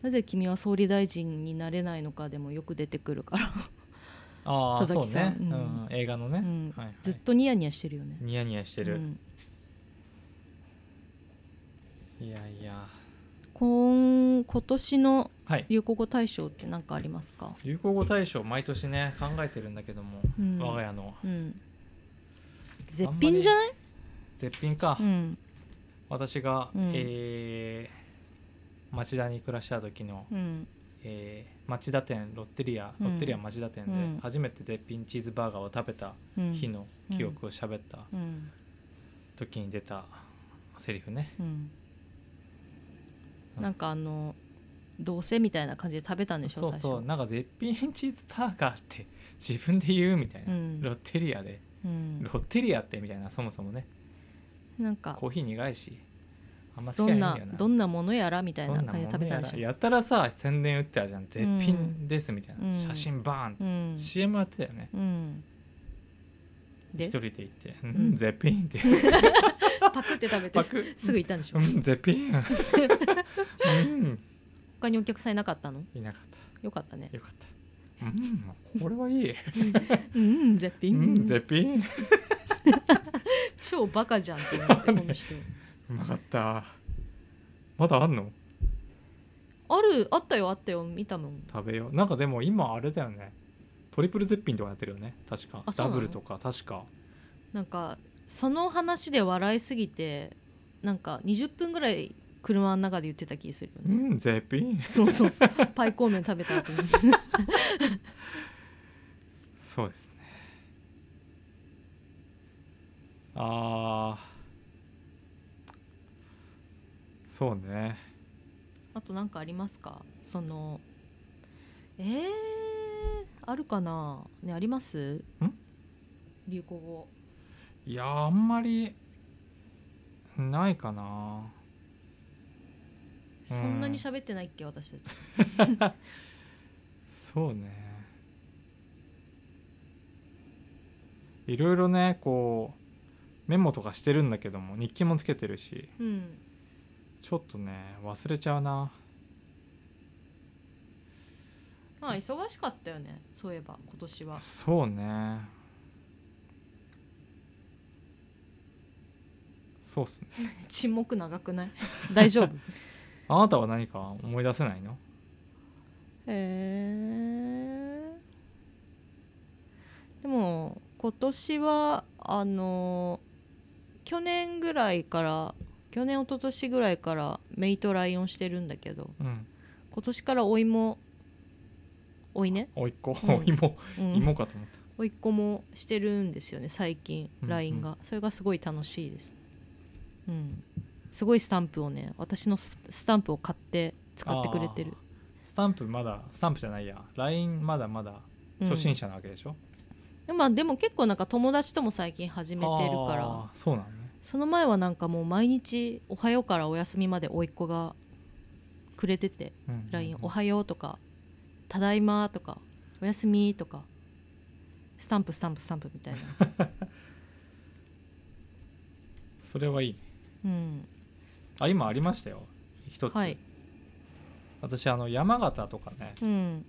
[SPEAKER 2] なぜ君は総理大臣になれないのか」でもよく出てくるから
[SPEAKER 1] ああ
[SPEAKER 2] 佐
[SPEAKER 1] そ
[SPEAKER 2] 々
[SPEAKER 1] う
[SPEAKER 2] 木さん
[SPEAKER 1] ね、うん
[SPEAKER 2] うん
[SPEAKER 1] 映画の
[SPEAKER 2] う
[SPEAKER 1] ね、
[SPEAKER 2] ん
[SPEAKER 1] はいはい、
[SPEAKER 2] ずっとニヤニヤしてるよね。
[SPEAKER 1] ニヤニヤしてる、
[SPEAKER 2] うん
[SPEAKER 1] いやいや
[SPEAKER 2] 今今年の
[SPEAKER 1] はい
[SPEAKER 2] 流行語大賞って何かありますか、
[SPEAKER 1] 流行語大賞毎年ね考えてるんだけども、
[SPEAKER 2] うん
[SPEAKER 1] 我が家の
[SPEAKER 2] うん、絶品じゃない、
[SPEAKER 1] 絶品か、
[SPEAKER 2] うん
[SPEAKER 1] 私が、
[SPEAKER 2] うん
[SPEAKER 1] えー町田に暮らした時の、
[SPEAKER 2] うん
[SPEAKER 1] えー町田店ロッテリア
[SPEAKER 2] うん
[SPEAKER 1] ロッテリア町田店で
[SPEAKER 2] うん
[SPEAKER 1] 初めて絶品チーズバーガーを食べた
[SPEAKER 2] うん、
[SPEAKER 1] 日の記憶を喋った
[SPEAKER 2] うん
[SPEAKER 1] 時に出たセリフね、
[SPEAKER 2] うん
[SPEAKER 1] うん
[SPEAKER 2] なんかあのどうせみたいな感じで食べたんでしょ
[SPEAKER 1] そうそう
[SPEAKER 2] 最
[SPEAKER 1] なんか絶品チーズバーガーって自分で言うみたいな、
[SPEAKER 2] うん
[SPEAKER 1] ロッテリアで
[SPEAKER 2] 初、うん
[SPEAKER 1] ロッテリアってみたいなそもそもね
[SPEAKER 2] なんか
[SPEAKER 1] コーヒー苦いしあんま好き
[SPEAKER 2] ど
[SPEAKER 1] じゃ
[SPEAKER 2] ん
[SPEAKER 1] ないん
[SPEAKER 2] な
[SPEAKER 1] だよな
[SPEAKER 2] どんなものやらみたい
[SPEAKER 1] ど
[SPEAKER 2] なん
[SPEAKER 1] な
[SPEAKER 2] 感じで
[SPEAKER 1] もの
[SPEAKER 2] 食べた
[SPEAKER 1] や
[SPEAKER 2] んでし
[SPEAKER 1] ら
[SPEAKER 2] ょ
[SPEAKER 1] やたらさ宣伝打ってたじゃん絶品ですみたいな、
[SPEAKER 2] うん
[SPEAKER 1] 写真バーンって、
[SPEAKER 2] うん
[SPEAKER 1] CM やってたよね
[SPEAKER 2] うん
[SPEAKER 1] 一
[SPEAKER 2] で
[SPEAKER 1] 人で行って「うん
[SPEAKER 2] うん
[SPEAKER 1] 絶品」っ て
[SPEAKER 2] パクって食べて
[SPEAKER 1] パク
[SPEAKER 2] すぐ行ったんでしょ
[SPEAKER 1] うん絶品 うん
[SPEAKER 2] 他にお客さんいなかったの
[SPEAKER 1] いなかっ
[SPEAKER 2] よかったね
[SPEAKER 1] たよかったうんこれはいい
[SPEAKER 2] うん絶品、
[SPEAKER 1] うん絶品う
[SPEAKER 2] 超バカじゃんって思ってこの人
[SPEAKER 1] まかったまだあんの
[SPEAKER 2] あるあったよあったよ見たもん
[SPEAKER 1] 食べようなんかでも今あれだよねトリプル絶品とかやってるよね確か
[SPEAKER 2] あそう
[SPEAKER 1] ダ
[SPEAKER 2] なの
[SPEAKER 1] ブルとか確か
[SPEAKER 2] なんかその話で笑いすぎてなんか20分ぐらい車の中で言ってた気するよ
[SPEAKER 1] う
[SPEAKER 2] ね
[SPEAKER 1] ん絶品
[SPEAKER 2] そうそうそうパイコーメン食べた後に
[SPEAKER 1] そうですねあーそうね
[SPEAKER 2] あと何かありますかそのえー、あるかなねあります流行語
[SPEAKER 1] いやーあんまりないかな
[SPEAKER 2] そんなに喋ってないっけ私たち
[SPEAKER 1] そうねいろいろねこうメモとかしてるんだけども日記もつけてるし
[SPEAKER 2] うん
[SPEAKER 1] ちょっとね忘れちゃうな
[SPEAKER 2] まあ忙しかったよねそういえば今年は
[SPEAKER 1] そうねそうっすね
[SPEAKER 2] 沈黙長くない 大丈夫
[SPEAKER 1] あなたは何か思い出せないの
[SPEAKER 2] へえでも今年はあの去年ぐらいから去年一昨年ぐらいからメイトライオンしてるんだけど
[SPEAKER 1] うん
[SPEAKER 2] 今年からお芋おいね、
[SPEAKER 1] おいっ子、
[SPEAKER 2] うん
[SPEAKER 1] 芋
[SPEAKER 2] うん
[SPEAKER 1] 芋かと思っ
[SPEAKER 2] おいっ子もしてるんですよね最近
[SPEAKER 1] うん
[SPEAKER 2] LINE が、それがすごい楽しいですうんすごいスタンプをね私のススタンプを買って使ってくれてる
[SPEAKER 1] たスタンプまだスタンプじゃないや LINE まだまだ初
[SPEAKER 2] うん
[SPEAKER 1] 心者なわけでしょ、
[SPEAKER 2] まあでも結構なんか友達とも最近始めてるから
[SPEAKER 1] あーそうなのね
[SPEAKER 2] その前はなんかもう毎日「おはよう」から「おやすみ」まで甥っ子がくれてて
[SPEAKER 1] うんうんうん
[SPEAKER 2] LINE「おはよう」とか「ただいま」とか「おやすみ」とかスタンプスタンプスタンプみたいな、
[SPEAKER 1] それはいいね
[SPEAKER 2] うん、
[SPEAKER 1] あ今ありましたよ一つ、
[SPEAKER 2] はい、
[SPEAKER 1] 私あの山形とかね
[SPEAKER 2] うん、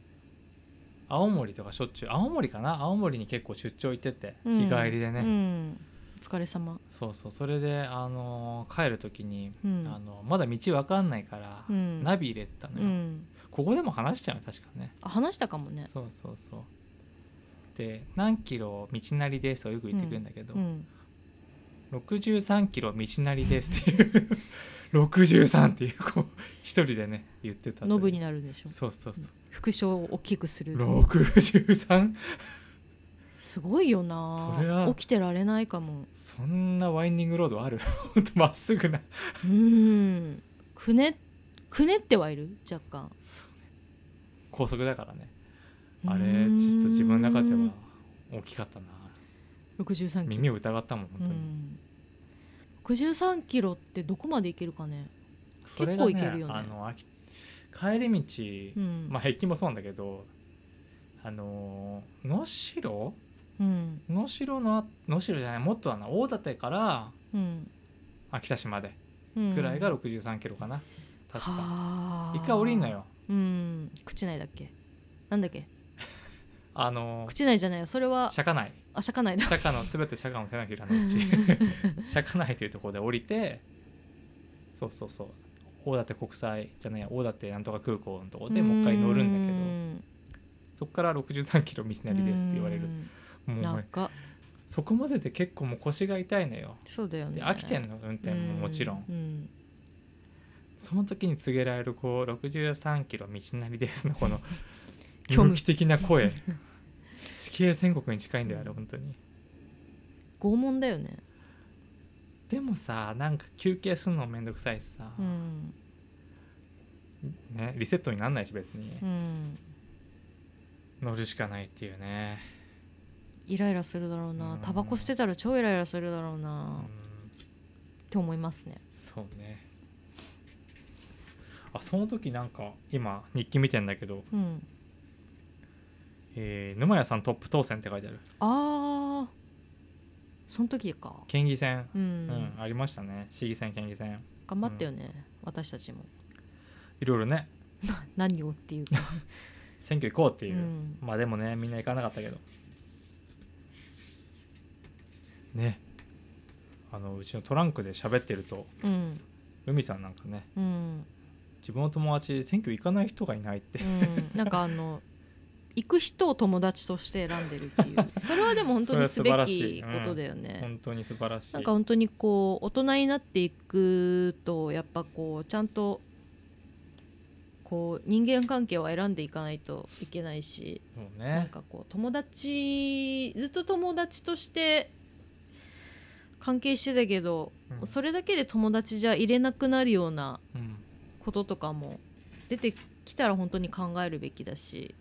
[SPEAKER 1] 青森とかしょっちゅう青森かな青森に結構出張行ってて
[SPEAKER 2] うん
[SPEAKER 1] 日帰りでね、
[SPEAKER 2] うん、お疲れ様
[SPEAKER 1] そうそうそれであのー帰る時に、
[SPEAKER 2] うん
[SPEAKER 1] あのまだ道わかんないから、
[SPEAKER 2] うん
[SPEAKER 1] ナビ入れてたの
[SPEAKER 2] う
[SPEAKER 1] よ、
[SPEAKER 2] ん
[SPEAKER 1] ここでも話しちゃうよ確かね
[SPEAKER 2] あ話したかもね
[SPEAKER 1] そうそうそうで何キロ道なりですとよく言ってくるんだけど、
[SPEAKER 2] うん
[SPEAKER 1] 63キロ道なりですっていう 63っていうこう一人でね言ってたという
[SPEAKER 2] ノブになるでしょ
[SPEAKER 1] そうそうそう
[SPEAKER 2] 副賞を大きくする
[SPEAKER 1] 63
[SPEAKER 2] すごいよ
[SPEAKER 1] それ
[SPEAKER 2] な
[SPEAKER 1] は
[SPEAKER 2] 起きてられないかも
[SPEAKER 1] そんなワインディングロードある ほんとまっすぐな
[SPEAKER 2] うーんくねくねってはいる若干
[SPEAKER 1] 高速だからねあ
[SPEAKER 2] う
[SPEAKER 1] れ
[SPEAKER 2] ーん
[SPEAKER 1] ちょっと自分の中では大きかったな
[SPEAKER 2] 63キロ
[SPEAKER 1] 耳を疑ったもん本当に、
[SPEAKER 2] うん63キロってどこまでいけるかね
[SPEAKER 1] それがね
[SPEAKER 2] 結構いけるよね
[SPEAKER 1] あの秋帰り道、
[SPEAKER 2] うん、
[SPEAKER 1] まあ駅もそうなんだけどあのー能代
[SPEAKER 2] うん
[SPEAKER 1] 能代のあ能代じゃないもっとだな大館から
[SPEAKER 2] うん
[SPEAKER 1] 秋田市まで
[SPEAKER 2] うん
[SPEAKER 1] ぐらいが
[SPEAKER 2] は
[SPEAKER 1] 6 3キロかな、確か
[SPEAKER 2] あ
[SPEAKER 1] 一回降りんのよ
[SPEAKER 2] うん口内だっけなんだっけ
[SPEAKER 1] あの
[SPEAKER 2] 口内じゃないよそれは
[SPEAKER 1] 釈迦内
[SPEAKER 2] あ釈迦内だ
[SPEAKER 1] 釈迦の全て釈迦の手のひらのうち 釈迦内というところで降りてそうそうそう大館国際じゃないや大館なんとか空港のところでもう一回乗るんだけどそこから63キロ道なりですって言われるもう
[SPEAKER 2] なん
[SPEAKER 1] ね
[SPEAKER 2] か
[SPEAKER 1] そこまでで結構もう腰が痛いのよ
[SPEAKER 2] そうだよね
[SPEAKER 1] で飽きてんの運転ももちろん
[SPEAKER 2] うん
[SPEAKER 1] その時に告げられるこう63キロ道なりですのこの
[SPEAKER 2] 虚無
[SPEAKER 1] 狂気的な 声死刑宣告に近いんだよあれ本当に
[SPEAKER 2] 拷問だよね
[SPEAKER 1] でもさなんか休憩するのもめんどくさいしさ、
[SPEAKER 2] うん
[SPEAKER 1] ね、リセットになんないし別に、
[SPEAKER 2] うん
[SPEAKER 1] 乗るしかないっていうね、
[SPEAKER 2] イライラするだろう
[SPEAKER 1] う
[SPEAKER 2] なんタバコしてたら超イライラするだろう
[SPEAKER 1] う
[SPEAKER 2] なっ
[SPEAKER 1] ん、
[SPEAKER 2] て思いますね
[SPEAKER 1] そうねあその時なんか今日記見てんだけど、
[SPEAKER 2] うん
[SPEAKER 1] えー沼屋さんトップ当選って書いてある
[SPEAKER 2] あーその時か
[SPEAKER 1] 県議選
[SPEAKER 2] うん、
[SPEAKER 1] うん、ありましたね市議選県議選
[SPEAKER 2] 頑張ったよね、私たちも
[SPEAKER 1] いろいろね
[SPEAKER 2] 何をっていうか、
[SPEAKER 1] 選挙行こうって
[SPEAKER 2] う
[SPEAKER 1] いう、
[SPEAKER 2] ん、
[SPEAKER 1] まあでもねみんな行かなかったけどねあのうちのトランクで喋ってると
[SPEAKER 2] うん
[SPEAKER 1] 海さんなんかね
[SPEAKER 2] うん
[SPEAKER 1] 自分の友達選挙行かない人がいないって、
[SPEAKER 2] うんなんかあの行く人を友達として選んでるっていうそれはでも本当にすべきことだよね。
[SPEAKER 1] 本当に素晴らしい
[SPEAKER 2] なんか本当にこう大人になっていくとやっぱこうちゃんとこう人間関係を選んでいかないといけないし
[SPEAKER 1] そう
[SPEAKER 2] なん
[SPEAKER 1] ね
[SPEAKER 2] かこう友達ずっと友達として関係してたけど
[SPEAKER 1] うん
[SPEAKER 2] それだけで友達じゃ入れなくなるような
[SPEAKER 1] うん
[SPEAKER 2] こととかも出てきたら本当に考えるべきだし、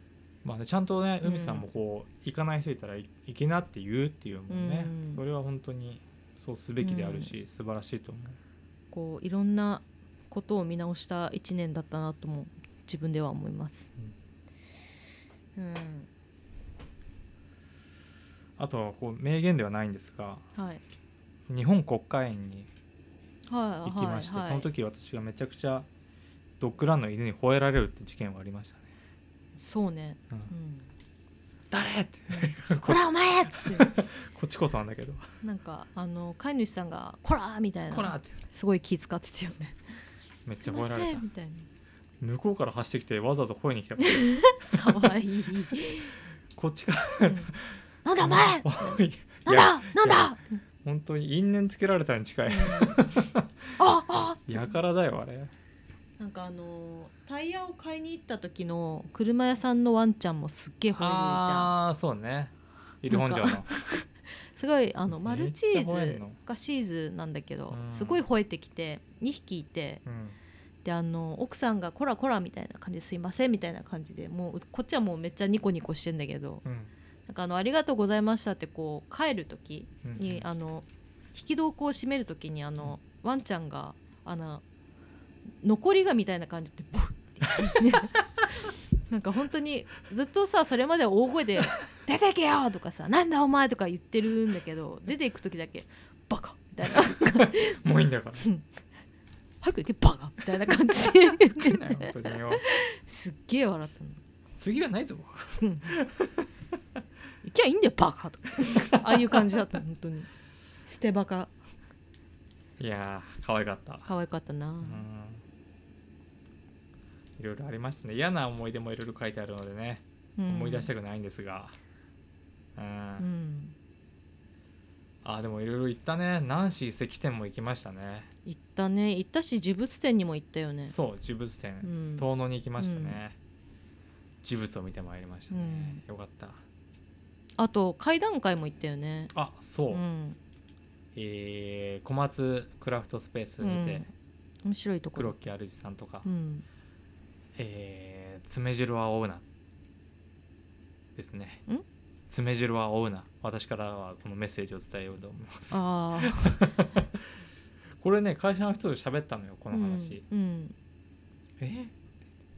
[SPEAKER 1] まあね、ちゃんとね
[SPEAKER 2] うん
[SPEAKER 1] 海さんもこう、行かない人いたらい行きなって言うっていうもんね、
[SPEAKER 2] うん
[SPEAKER 1] それは本当にそうすべきであるし、素晴らしいと思う
[SPEAKER 2] こういろんなことを見直した1年だったなとも自分では思います。うん、
[SPEAKER 1] あとはこう名言ではないんですが
[SPEAKER 2] はい、
[SPEAKER 1] 日本国会員に
[SPEAKER 2] はい、
[SPEAKER 1] 行きまして、
[SPEAKER 2] はい、
[SPEAKER 1] その時私がめちゃくちゃドッグランの犬に吠えられるって事件はありましたね。
[SPEAKER 2] そうね、
[SPEAKER 1] う
[SPEAKER 2] うんん、
[SPEAKER 1] 誰って
[SPEAKER 2] こ
[SPEAKER 1] こ
[SPEAKER 2] らお前っつって、
[SPEAKER 1] こっちこそなんだけど「
[SPEAKER 2] なんかあの飼い主さんがこらみたい
[SPEAKER 1] こら!」
[SPEAKER 2] な、
[SPEAKER 1] って
[SPEAKER 2] すごい気遣ってたよね。
[SPEAKER 1] めっ
[SPEAKER 2] す
[SPEAKER 1] ちゃ
[SPEAKER 2] い
[SPEAKER 1] 吠
[SPEAKER 2] ま
[SPEAKER 1] えられ
[SPEAKER 2] せ
[SPEAKER 1] た
[SPEAKER 2] んみたい
[SPEAKER 1] 向こうから走ってきてわざわざ吠えに来たから
[SPEAKER 2] な、可愛 いい。
[SPEAKER 1] こっちから
[SPEAKER 2] うんなんだお前、
[SPEAKER 1] お い
[SPEAKER 2] な
[SPEAKER 1] いや
[SPEAKER 2] んだなんだ、
[SPEAKER 1] 本当に因縁つけられたに近い
[SPEAKER 2] ああ
[SPEAKER 1] やからだよあれ
[SPEAKER 2] なんかあのータイヤを買いに行った時の車屋さんのワンちゃんもすっげえ吠えるじゃん
[SPEAKER 1] ああーそうねいる本庄
[SPEAKER 2] な
[SPEAKER 1] の
[SPEAKER 2] すごいあのマルチー
[SPEAKER 1] めっちゃ吠えん
[SPEAKER 2] ズ
[SPEAKER 1] の
[SPEAKER 2] がシーズなんだけど
[SPEAKER 1] うん
[SPEAKER 2] すごい吠えてきて2匹いて
[SPEAKER 1] うん
[SPEAKER 2] であの奥さんが「こらこら」みたいな感じですいませんみたいな感じでもうこっちはもうめっちゃニコニコしてんだけど
[SPEAKER 1] うん
[SPEAKER 2] なんかあの「ありがとうございました」ってこう帰る時
[SPEAKER 1] うん
[SPEAKER 2] にあの引き戸をこう閉める時にあのワンちゃんがあの残りがみたいな感じでボッって、ね、 なんか本当にずっとさそれまでは大 声で「出てけよ!」とかさ「なんだお前!」とか言ってるんだけど出ていく時だけ「バカ!」みたいな
[SPEAKER 1] もういいんだから
[SPEAKER 2] 「早く行けバカ!」みたいな感じで言っ
[SPEAKER 1] 来
[SPEAKER 2] て
[SPEAKER 1] んなよ本当によ
[SPEAKER 2] すっげえ笑ったの。
[SPEAKER 1] 次はないぞ
[SPEAKER 2] 行きゃいいんだよバカとかああいう感じだったの本当に捨てバカ
[SPEAKER 1] いやー可愛かった
[SPEAKER 2] 可愛かったな、
[SPEAKER 1] うんいろいろありましたね嫌な思い出もいろいろ書いてあるのでね
[SPEAKER 2] うん
[SPEAKER 1] 思い出したくないんですがうん
[SPEAKER 2] うん
[SPEAKER 1] あでもいろいろ行ったねナンシー石店も行きましたね
[SPEAKER 2] 行ったね行ったし呪物展にも行ったよね
[SPEAKER 1] そう呪物展、
[SPEAKER 2] ん
[SPEAKER 1] 遠野に行きましたね、呪物を見てまいりましたね、よかった
[SPEAKER 2] あと階段階も行ったよね
[SPEAKER 1] あそう、
[SPEAKER 2] うん
[SPEAKER 1] えー小松クラフトスペースにて、
[SPEAKER 2] うん面白いとこ
[SPEAKER 1] 黒
[SPEAKER 2] ろ
[SPEAKER 1] 木主さんとか、
[SPEAKER 2] うん
[SPEAKER 1] えー爪汁は追うなですね
[SPEAKER 2] ん
[SPEAKER 1] 爪汁は追うな私からはこのメッセージを伝えようと思います
[SPEAKER 2] ああ
[SPEAKER 1] これね会社の人と喋ったのよこの話、
[SPEAKER 2] うん
[SPEAKER 1] え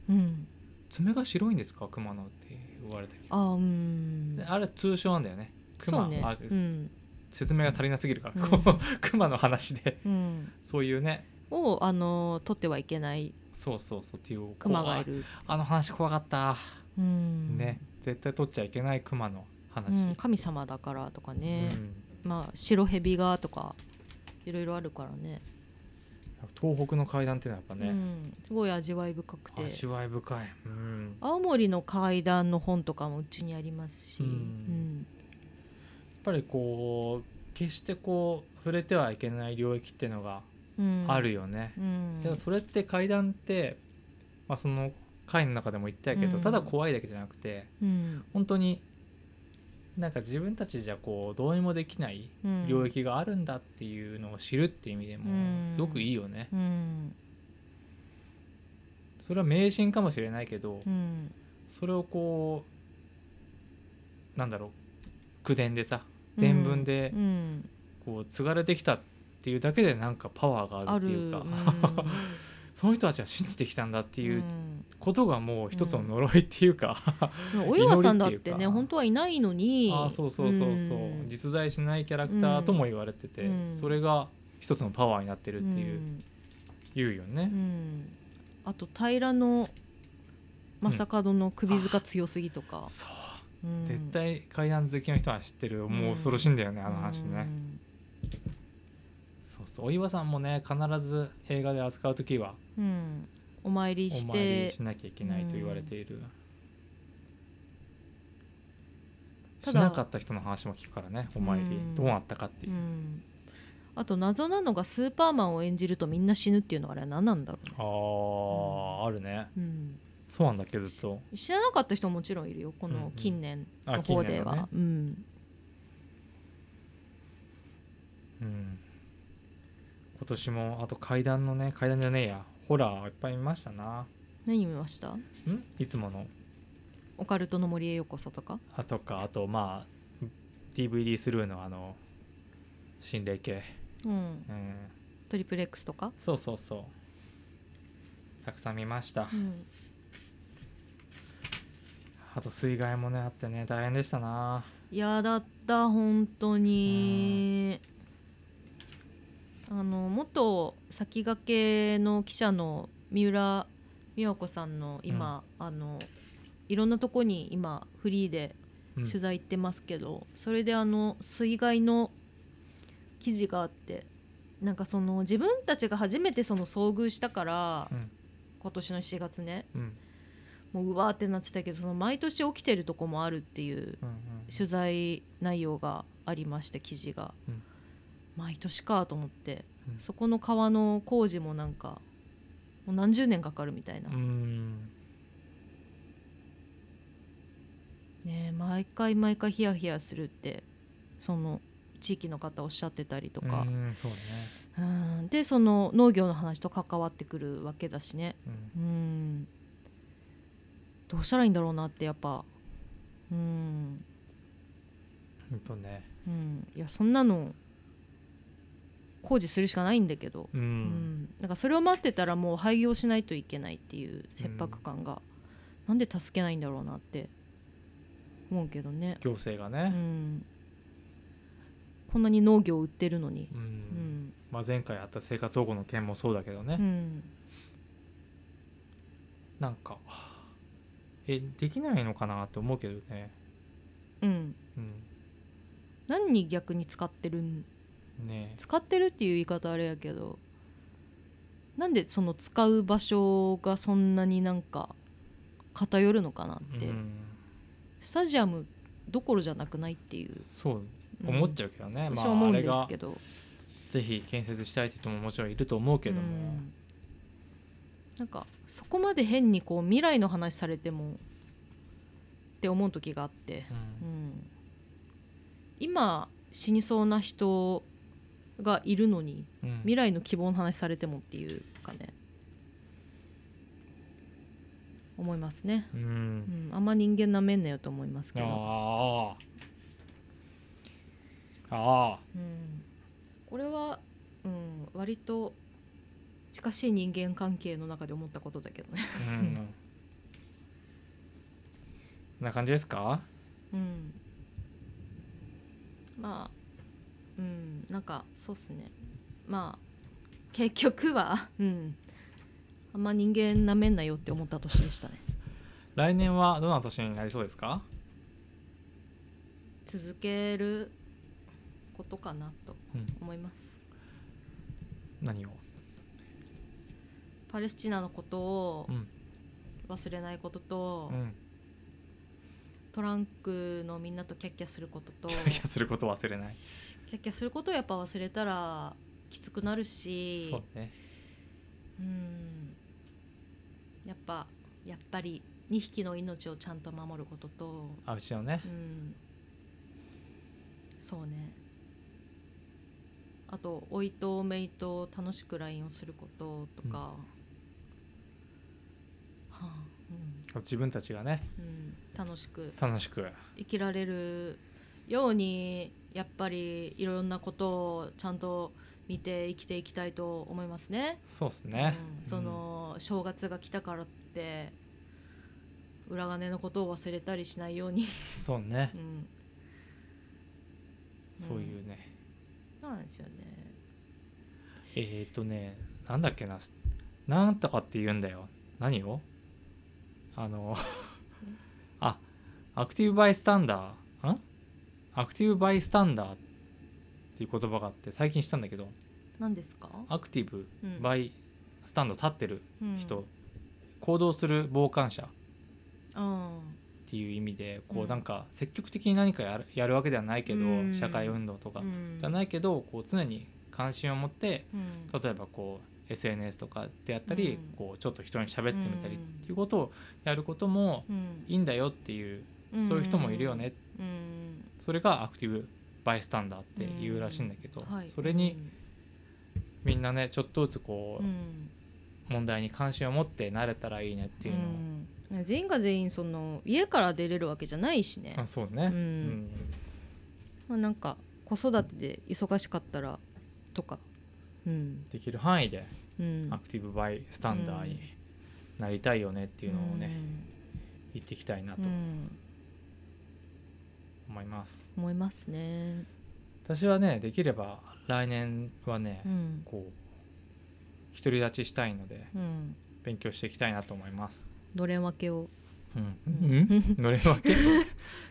[SPEAKER 2] うん、うん
[SPEAKER 1] 爪が白いんですか熊野って言われたけど
[SPEAKER 2] ああうん
[SPEAKER 1] であれ通称なんだよね
[SPEAKER 2] そ
[SPEAKER 1] 熊
[SPEAKER 2] うね
[SPEAKER 1] あ
[SPEAKER 2] うん
[SPEAKER 1] 説明が足りなすぎるから、
[SPEAKER 2] うん
[SPEAKER 1] こう 熊の話で
[SPEAKER 2] うん
[SPEAKER 1] そういうね
[SPEAKER 2] をあの取ってはいけない
[SPEAKER 1] そうそうそうっていう
[SPEAKER 2] 熊がい
[SPEAKER 1] こう
[SPEAKER 2] る
[SPEAKER 1] ああの話怖かった、
[SPEAKER 2] うん
[SPEAKER 1] ね絶対取っちゃいけない熊の
[SPEAKER 2] う
[SPEAKER 1] 話
[SPEAKER 2] ん、、神様だからとか
[SPEAKER 1] う
[SPEAKER 2] ね、
[SPEAKER 1] ん
[SPEAKER 2] まあ白蛇がとかいろいろあるからね
[SPEAKER 1] 東北の階段っていうのはやっぱね、
[SPEAKER 2] うん、すごい味わい深くて
[SPEAKER 1] 味わい深い、うん、やっ
[SPEAKER 2] 青森の階段の本とかもうちにありますし、
[SPEAKER 1] うん
[SPEAKER 2] うん
[SPEAKER 1] ぱりこう決してこう触れてはいけない領域っていうのが
[SPEAKER 2] うん
[SPEAKER 1] あるよね、
[SPEAKER 2] うん
[SPEAKER 1] でもそれって階段って、まあ、その回の中でも言ったけど、
[SPEAKER 2] うん
[SPEAKER 1] ただ怖いだけじゃなくて
[SPEAKER 2] うん
[SPEAKER 1] 本当になんか自分たちじゃこうどうにもできない
[SPEAKER 2] うん
[SPEAKER 1] 領域があるんだっていうのを知るっていう意味でも
[SPEAKER 2] うん
[SPEAKER 1] すごくいいよね。
[SPEAKER 2] うん
[SPEAKER 1] それは迷信かもしれないけど
[SPEAKER 2] うん
[SPEAKER 1] それをこうなんだろう口伝でさ伝聞で
[SPEAKER 2] うん
[SPEAKER 1] こう継がれてきたっていうだけでなんかパワーがあ
[SPEAKER 2] あ
[SPEAKER 1] る
[SPEAKER 2] る
[SPEAKER 1] っていうか、
[SPEAKER 2] っ
[SPEAKER 1] その人たちは信じてきたんだって
[SPEAKER 2] て
[SPEAKER 1] いうことがもう一つの呪いっていうか、
[SPEAKER 2] お岩さんだっ
[SPEAKER 1] 祈り
[SPEAKER 2] て
[SPEAKER 1] ってい
[SPEAKER 2] ね
[SPEAKER 1] うか
[SPEAKER 2] 本当はいない のに
[SPEAKER 1] ああそうそうそうそう、
[SPEAKER 2] ん
[SPEAKER 1] 実在しないキャラクターとも言われてて、
[SPEAKER 2] うん
[SPEAKER 1] それが一つのパワーになってるっていう、
[SPEAKER 2] ん
[SPEAKER 1] 言うよね
[SPEAKER 2] う、んあと平の正門の首塚強すぎとか、
[SPEAKER 1] そう
[SPEAKER 2] うん
[SPEAKER 1] 絶対怪談好きの人は知ってるもう恐ろしいんだよね、あの話ね、そうそうお岩さんもね必ず映画で扱う時は
[SPEAKER 2] うん、うんお参り
[SPEAKER 1] お
[SPEAKER 2] し
[SPEAKER 1] 参り
[SPEAKER 2] て
[SPEAKER 1] しなきゃいけないと言われている、
[SPEAKER 2] た
[SPEAKER 1] し
[SPEAKER 2] だ
[SPEAKER 1] なかった人の話も聞くからねお参り、
[SPEAKER 2] うん
[SPEAKER 1] どうなったかっていうう、
[SPEAKER 2] ん、あと謎なのがスーパーマンを演じるとみんな死ぬっていうのはあれは何なんだろうね
[SPEAKER 1] あああるね
[SPEAKER 2] うん、
[SPEAKER 1] そうなんだっけどずっと
[SPEAKER 2] 知らなかった人ももちろんいるよこ
[SPEAKER 1] うんう
[SPEAKER 2] の
[SPEAKER 1] ん
[SPEAKER 2] 近年
[SPEAKER 1] あ
[SPEAKER 2] の方では、
[SPEAKER 1] 近
[SPEAKER 2] うん
[SPEAKER 1] うん今年もあと階段のね階段じゃねえやホラーいっぱい見ましたな
[SPEAKER 2] 何見ました
[SPEAKER 1] んいつもの
[SPEAKER 2] オカルトの森へようこそとか
[SPEAKER 1] あとかあとまあ DVD スルーのあの心霊系、
[SPEAKER 2] うん
[SPEAKER 1] うん、
[SPEAKER 2] トリプレックスとか、
[SPEAKER 1] そうそうそうたくさん見ました、
[SPEAKER 2] うん、
[SPEAKER 1] あと水害もねあってね大変でしたない
[SPEAKER 2] やだった本当にあの元先駆けの記者の三浦美和子さんの今、あのいろんなとこに今フリーで
[SPEAKER 1] うん
[SPEAKER 2] 取材行ってますけど、それであの水害の記事があってなんかその自分たちが初めてその遭遇したから、
[SPEAKER 1] うん
[SPEAKER 2] 今年の7月ね
[SPEAKER 1] うん
[SPEAKER 2] もううわーってなってたけどその毎年起きてるとこもあるっていう
[SPEAKER 1] うんうん
[SPEAKER 2] 取材内容がありまして記事が、
[SPEAKER 1] うん
[SPEAKER 2] 毎年かと思って、
[SPEAKER 1] うん
[SPEAKER 2] そこの川の工事もなんかもう何十年かかるみたいな、
[SPEAKER 1] うん
[SPEAKER 2] ねえ毎回毎回ヒヤヒヤするってその地域の方おっしゃってたりとか
[SPEAKER 1] う、んそうね、
[SPEAKER 2] うんでその農業の話と関わってくるわけだしね
[SPEAKER 1] うん
[SPEAKER 2] うんどうしたらいいんだろうなってやっぱうん
[SPEAKER 1] ほんとね
[SPEAKER 2] うんいやそんなの工事するしかないんだけど、
[SPEAKER 1] うん、
[SPEAKER 2] うん、なんかそれを待ってたらもう廃業しないといけないっていう切迫感が、なんで助けないんだろうなって思うけどね、
[SPEAKER 1] 行政が
[SPEAKER 2] う
[SPEAKER 1] ね、
[SPEAKER 2] ん、こんなに農業売ってるのに、
[SPEAKER 1] うん
[SPEAKER 2] うん
[SPEAKER 1] まあ、前回あった生活保護の件もそうだけどね、
[SPEAKER 2] うん、
[SPEAKER 1] なんかえできないのかなって思うけどね、
[SPEAKER 2] うん、
[SPEAKER 1] うん、
[SPEAKER 2] 何に逆に使ってるん
[SPEAKER 1] ね
[SPEAKER 2] 使ってるっていう言い方あれやけどなんでその使う場所がそんなになんか偏るのかな
[SPEAKER 1] え
[SPEAKER 2] って、
[SPEAKER 1] うん、
[SPEAKER 2] スタジアムどころじゃなくないっていう、
[SPEAKER 1] そう
[SPEAKER 2] うん
[SPEAKER 1] 思っちゃうけどね、ま
[SPEAKER 2] 私は
[SPEAKER 1] あ
[SPEAKER 2] 思う
[SPEAKER 1] あ
[SPEAKER 2] んで
[SPEAKER 1] れ
[SPEAKER 2] す
[SPEAKER 1] が
[SPEAKER 2] けど
[SPEAKER 1] ぜひ建設したいって人ももちろんいると思うけども、
[SPEAKER 2] うんなんかそこまで変にこう未来の話されてもって思う時があって、
[SPEAKER 1] うん
[SPEAKER 2] うん、今死にそうな人がいるのに
[SPEAKER 1] うん
[SPEAKER 2] 未来の希望の話されてもっていうかね思いますね、
[SPEAKER 1] う、
[SPEAKER 2] うんん、あんま人間なめんなよと思いますけど、
[SPEAKER 1] ああああ
[SPEAKER 2] うん、これは、うん、割と近しい人間関係の中で思ったことだけどね、
[SPEAKER 1] うんこんな感じですか
[SPEAKER 2] うん、まあうんなんかそうっすねまあ結局は、うん、あんま人間なめんなよって思った年でしたね
[SPEAKER 1] 来年はどんな年になりそうですか
[SPEAKER 2] 続けることかなと
[SPEAKER 1] うん
[SPEAKER 2] 思います
[SPEAKER 1] 何を
[SPEAKER 2] パレスチナのことを
[SPEAKER 1] うん
[SPEAKER 2] 忘れないことと、
[SPEAKER 1] うん
[SPEAKER 2] トランクのみんなとキャッキャすることとキ
[SPEAKER 1] キ
[SPEAKER 2] ャ
[SPEAKER 1] ャキャすること忘れない
[SPEAKER 2] ッキャすることをやっぱ忘れたらきつくなるし
[SPEAKER 1] そうね
[SPEAKER 2] うんやっぱやっぱり2匹の命をちゃんと守ることと
[SPEAKER 1] あうちのね
[SPEAKER 2] うんそうねあとおいとめいと楽しく LINE をすることとか、はあ
[SPEAKER 1] 自分たちがね
[SPEAKER 2] うんうん、楽しく
[SPEAKER 1] 楽しく
[SPEAKER 2] 生きられるようにやっぱりいろんなことをちゃんと見て生きていきたいと思いますね。
[SPEAKER 1] そうですね、
[SPEAKER 2] うん、その正月が来たからって裏金のことを忘れたりしないように、
[SPEAKER 1] うんそうね
[SPEAKER 2] うん、うん
[SPEAKER 1] そういうね
[SPEAKER 2] そうなんですよね。
[SPEAKER 1] えっ、ー、とねなんだっけなすなんとかって言うんだよ何をあの あアクティブバイスタンダーんアクティブバイスタンダーっていう言葉があって最近知ったんだけど
[SPEAKER 2] 何ですか？
[SPEAKER 1] アクティブ
[SPEAKER 2] うん
[SPEAKER 1] バイスタンド立ってる
[SPEAKER 2] うん
[SPEAKER 1] 人、行動する傍観者
[SPEAKER 2] うん
[SPEAKER 1] っていう意味でこ
[SPEAKER 2] う
[SPEAKER 1] うんなんか積極的に何かやるやるわけではないけど、
[SPEAKER 2] うん
[SPEAKER 1] 社会運動とか
[SPEAKER 2] うん
[SPEAKER 1] じゃないけどこう常に関心を持って
[SPEAKER 2] うん
[SPEAKER 1] 例えばこう SNS とかであったり、
[SPEAKER 2] うん
[SPEAKER 1] こうちょっと人に喋ってみたりっ
[SPEAKER 2] うん
[SPEAKER 1] ていうことをやることも
[SPEAKER 2] うん
[SPEAKER 1] いいんだよっていう、そういう人もいるよね、。
[SPEAKER 2] うん
[SPEAKER 1] それがアクティブバイスタンダーっていうらしいんだけど、
[SPEAKER 2] はい、
[SPEAKER 1] それにみんなねちょっとずつこ
[SPEAKER 2] う、
[SPEAKER 1] うん
[SPEAKER 2] うん
[SPEAKER 1] 問題に関心を持ってなれたらいいねっていうのを、
[SPEAKER 2] うん、全員が全員その家から出れるわけじゃないしね
[SPEAKER 1] あ、そうね、
[SPEAKER 2] うんまあ、なんか子育てで忙しかったらとかうん
[SPEAKER 1] できる範囲で
[SPEAKER 2] うん
[SPEAKER 1] アクティブバイスタンダーになりたいよねっていうのをね、言っていきたいな
[SPEAKER 2] う
[SPEAKER 1] と
[SPEAKER 2] んうん
[SPEAKER 1] 思います。
[SPEAKER 2] 思いますね
[SPEAKER 1] 私はねできれば来年はね、
[SPEAKER 2] うん
[SPEAKER 1] こう独り立ちしたいので
[SPEAKER 2] うん
[SPEAKER 1] 勉強していきたいなと思います。
[SPEAKER 2] のれん分けを
[SPEAKER 1] うん、
[SPEAKER 2] うん
[SPEAKER 1] うんどれわ け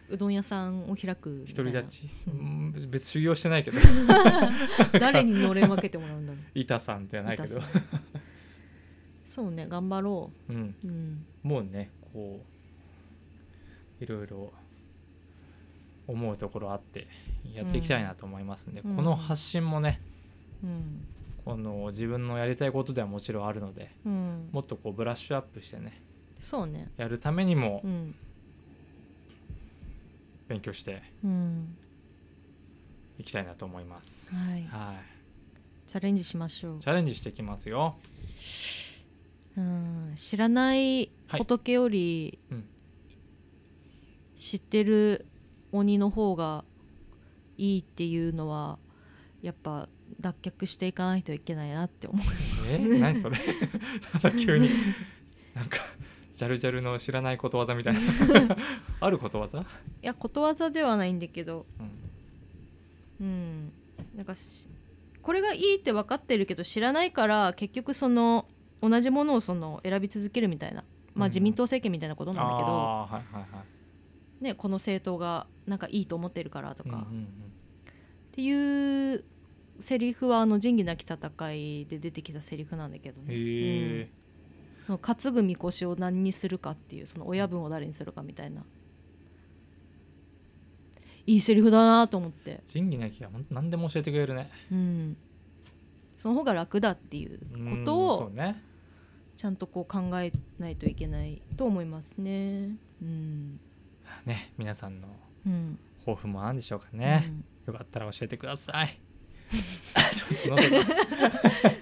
[SPEAKER 2] うどん屋さんを開くみた
[SPEAKER 1] 独り
[SPEAKER 2] いな
[SPEAKER 1] 立ちうん別に修行してない けど
[SPEAKER 2] 誰にのれん分けてもらうんだろ
[SPEAKER 1] 板さんじゃ
[SPEAKER 2] う
[SPEAKER 1] ないけど
[SPEAKER 2] 板、さんそうね頑張ろ
[SPEAKER 1] うん、
[SPEAKER 2] ううん
[SPEAKER 1] もうねこういろいろ思うところあってやっていきたいなと思いますんで、
[SPEAKER 2] うん
[SPEAKER 1] この発信もね
[SPEAKER 2] うん
[SPEAKER 1] この自分のやりたいことではもちろんあるので
[SPEAKER 2] うん
[SPEAKER 1] もっとこうブラッシュアップしてね
[SPEAKER 2] そうね
[SPEAKER 1] やるためにも
[SPEAKER 2] うん
[SPEAKER 1] 勉強して
[SPEAKER 2] うん
[SPEAKER 1] いきたいなと思います、
[SPEAKER 2] はい
[SPEAKER 1] は
[SPEAKER 2] チャレンジしましょう
[SPEAKER 1] い、チャレンジしていきますよ
[SPEAKER 2] うん知らない仏より
[SPEAKER 1] はいうん
[SPEAKER 2] 知ってる鬼の方がいいっていうのはやっぱ脱却していかないといけないなって思う
[SPEAKER 1] え何それ なんだ急になんかジャルジャルの知らないことわざみ たいなあることわざ、
[SPEAKER 2] いやことわざではないんだけど
[SPEAKER 1] うん
[SPEAKER 2] うんなんかしこれがいいって分かってるけど知らないから結局その同じものをその選び続けるみたいな、
[SPEAKER 1] う
[SPEAKER 2] ま
[SPEAKER 1] んう
[SPEAKER 2] あ、
[SPEAKER 1] ん
[SPEAKER 2] 自民党政権みたいなことなんだけど、
[SPEAKER 1] あーはいはいはい
[SPEAKER 2] ね、この政党がなんかいいと思ってるからとか、
[SPEAKER 1] うんうん
[SPEAKER 2] っていうセリフはあの仁義なき戦いで出てきたセリフなんだけど
[SPEAKER 1] うん、へ
[SPEAKER 2] ね、
[SPEAKER 1] え、
[SPEAKER 2] うんその担ぐみこしを何にするかっていうその親分を誰にするかみたいないいセリフだなと思って、
[SPEAKER 1] 仁義なきは本当何でも教えてくれるね
[SPEAKER 2] うん、その方が楽だっていう
[SPEAKER 1] うん
[SPEAKER 2] こと
[SPEAKER 1] そ
[SPEAKER 2] を
[SPEAKER 1] うね
[SPEAKER 2] ちゃんとこう考えないといけないと思いますね。うん
[SPEAKER 1] ね皆さんの
[SPEAKER 2] うん
[SPEAKER 1] 抱負もあるんでしょうかね、よかったら教えてくださ いちょっと喉が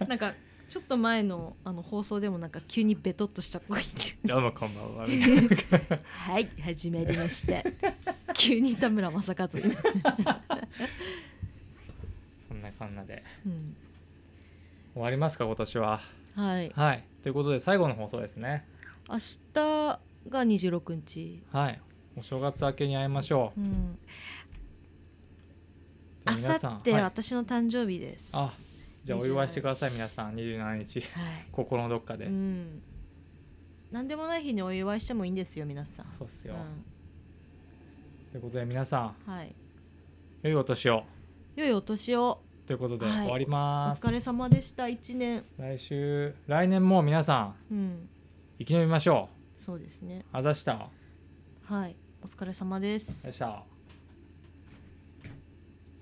[SPEAKER 2] うんなんかちょっと前のあの放送でもなんか急にベトっとした声が
[SPEAKER 1] どうもこんばんはみたいな
[SPEAKER 2] はい始まりました 急に田村正和に、
[SPEAKER 1] そんなこんなで
[SPEAKER 2] うん、
[SPEAKER 1] 終わりますか今年は
[SPEAKER 2] はい
[SPEAKER 1] はいということで最後の放送ですね
[SPEAKER 2] 明日が26日、
[SPEAKER 1] はいお正月明けに会いましょう
[SPEAKER 2] うん、
[SPEAKER 1] じゃ
[SPEAKER 2] あ
[SPEAKER 1] 皆
[SPEAKER 2] さっ
[SPEAKER 1] ん
[SPEAKER 2] て
[SPEAKER 1] はい
[SPEAKER 2] 私の誕生日です
[SPEAKER 1] あじゃあお祝いしてください
[SPEAKER 2] 27
[SPEAKER 1] 皆さん27日
[SPEAKER 2] はい
[SPEAKER 1] 心のどっかで
[SPEAKER 2] うん何でもない日にお祝いしてもいいんですよ皆さん
[SPEAKER 1] そうっす
[SPEAKER 2] う
[SPEAKER 1] よ、
[SPEAKER 2] ん
[SPEAKER 1] ということで皆さん
[SPEAKER 2] はい
[SPEAKER 1] 良いお年を
[SPEAKER 2] 良いお年を
[SPEAKER 1] ということで
[SPEAKER 2] はい
[SPEAKER 1] 終わり
[SPEAKER 2] お
[SPEAKER 1] ます、
[SPEAKER 2] 疲れ様でした一年
[SPEAKER 1] 来週来年も皆さん
[SPEAKER 2] うん
[SPEAKER 1] 生き延びましょ
[SPEAKER 2] そうですね
[SPEAKER 1] うあざした
[SPEAKER 2] はいお疲れ様で
[SPEAKER 1] あざ
[SPEAKER 2] す
[SPEAKER 1] した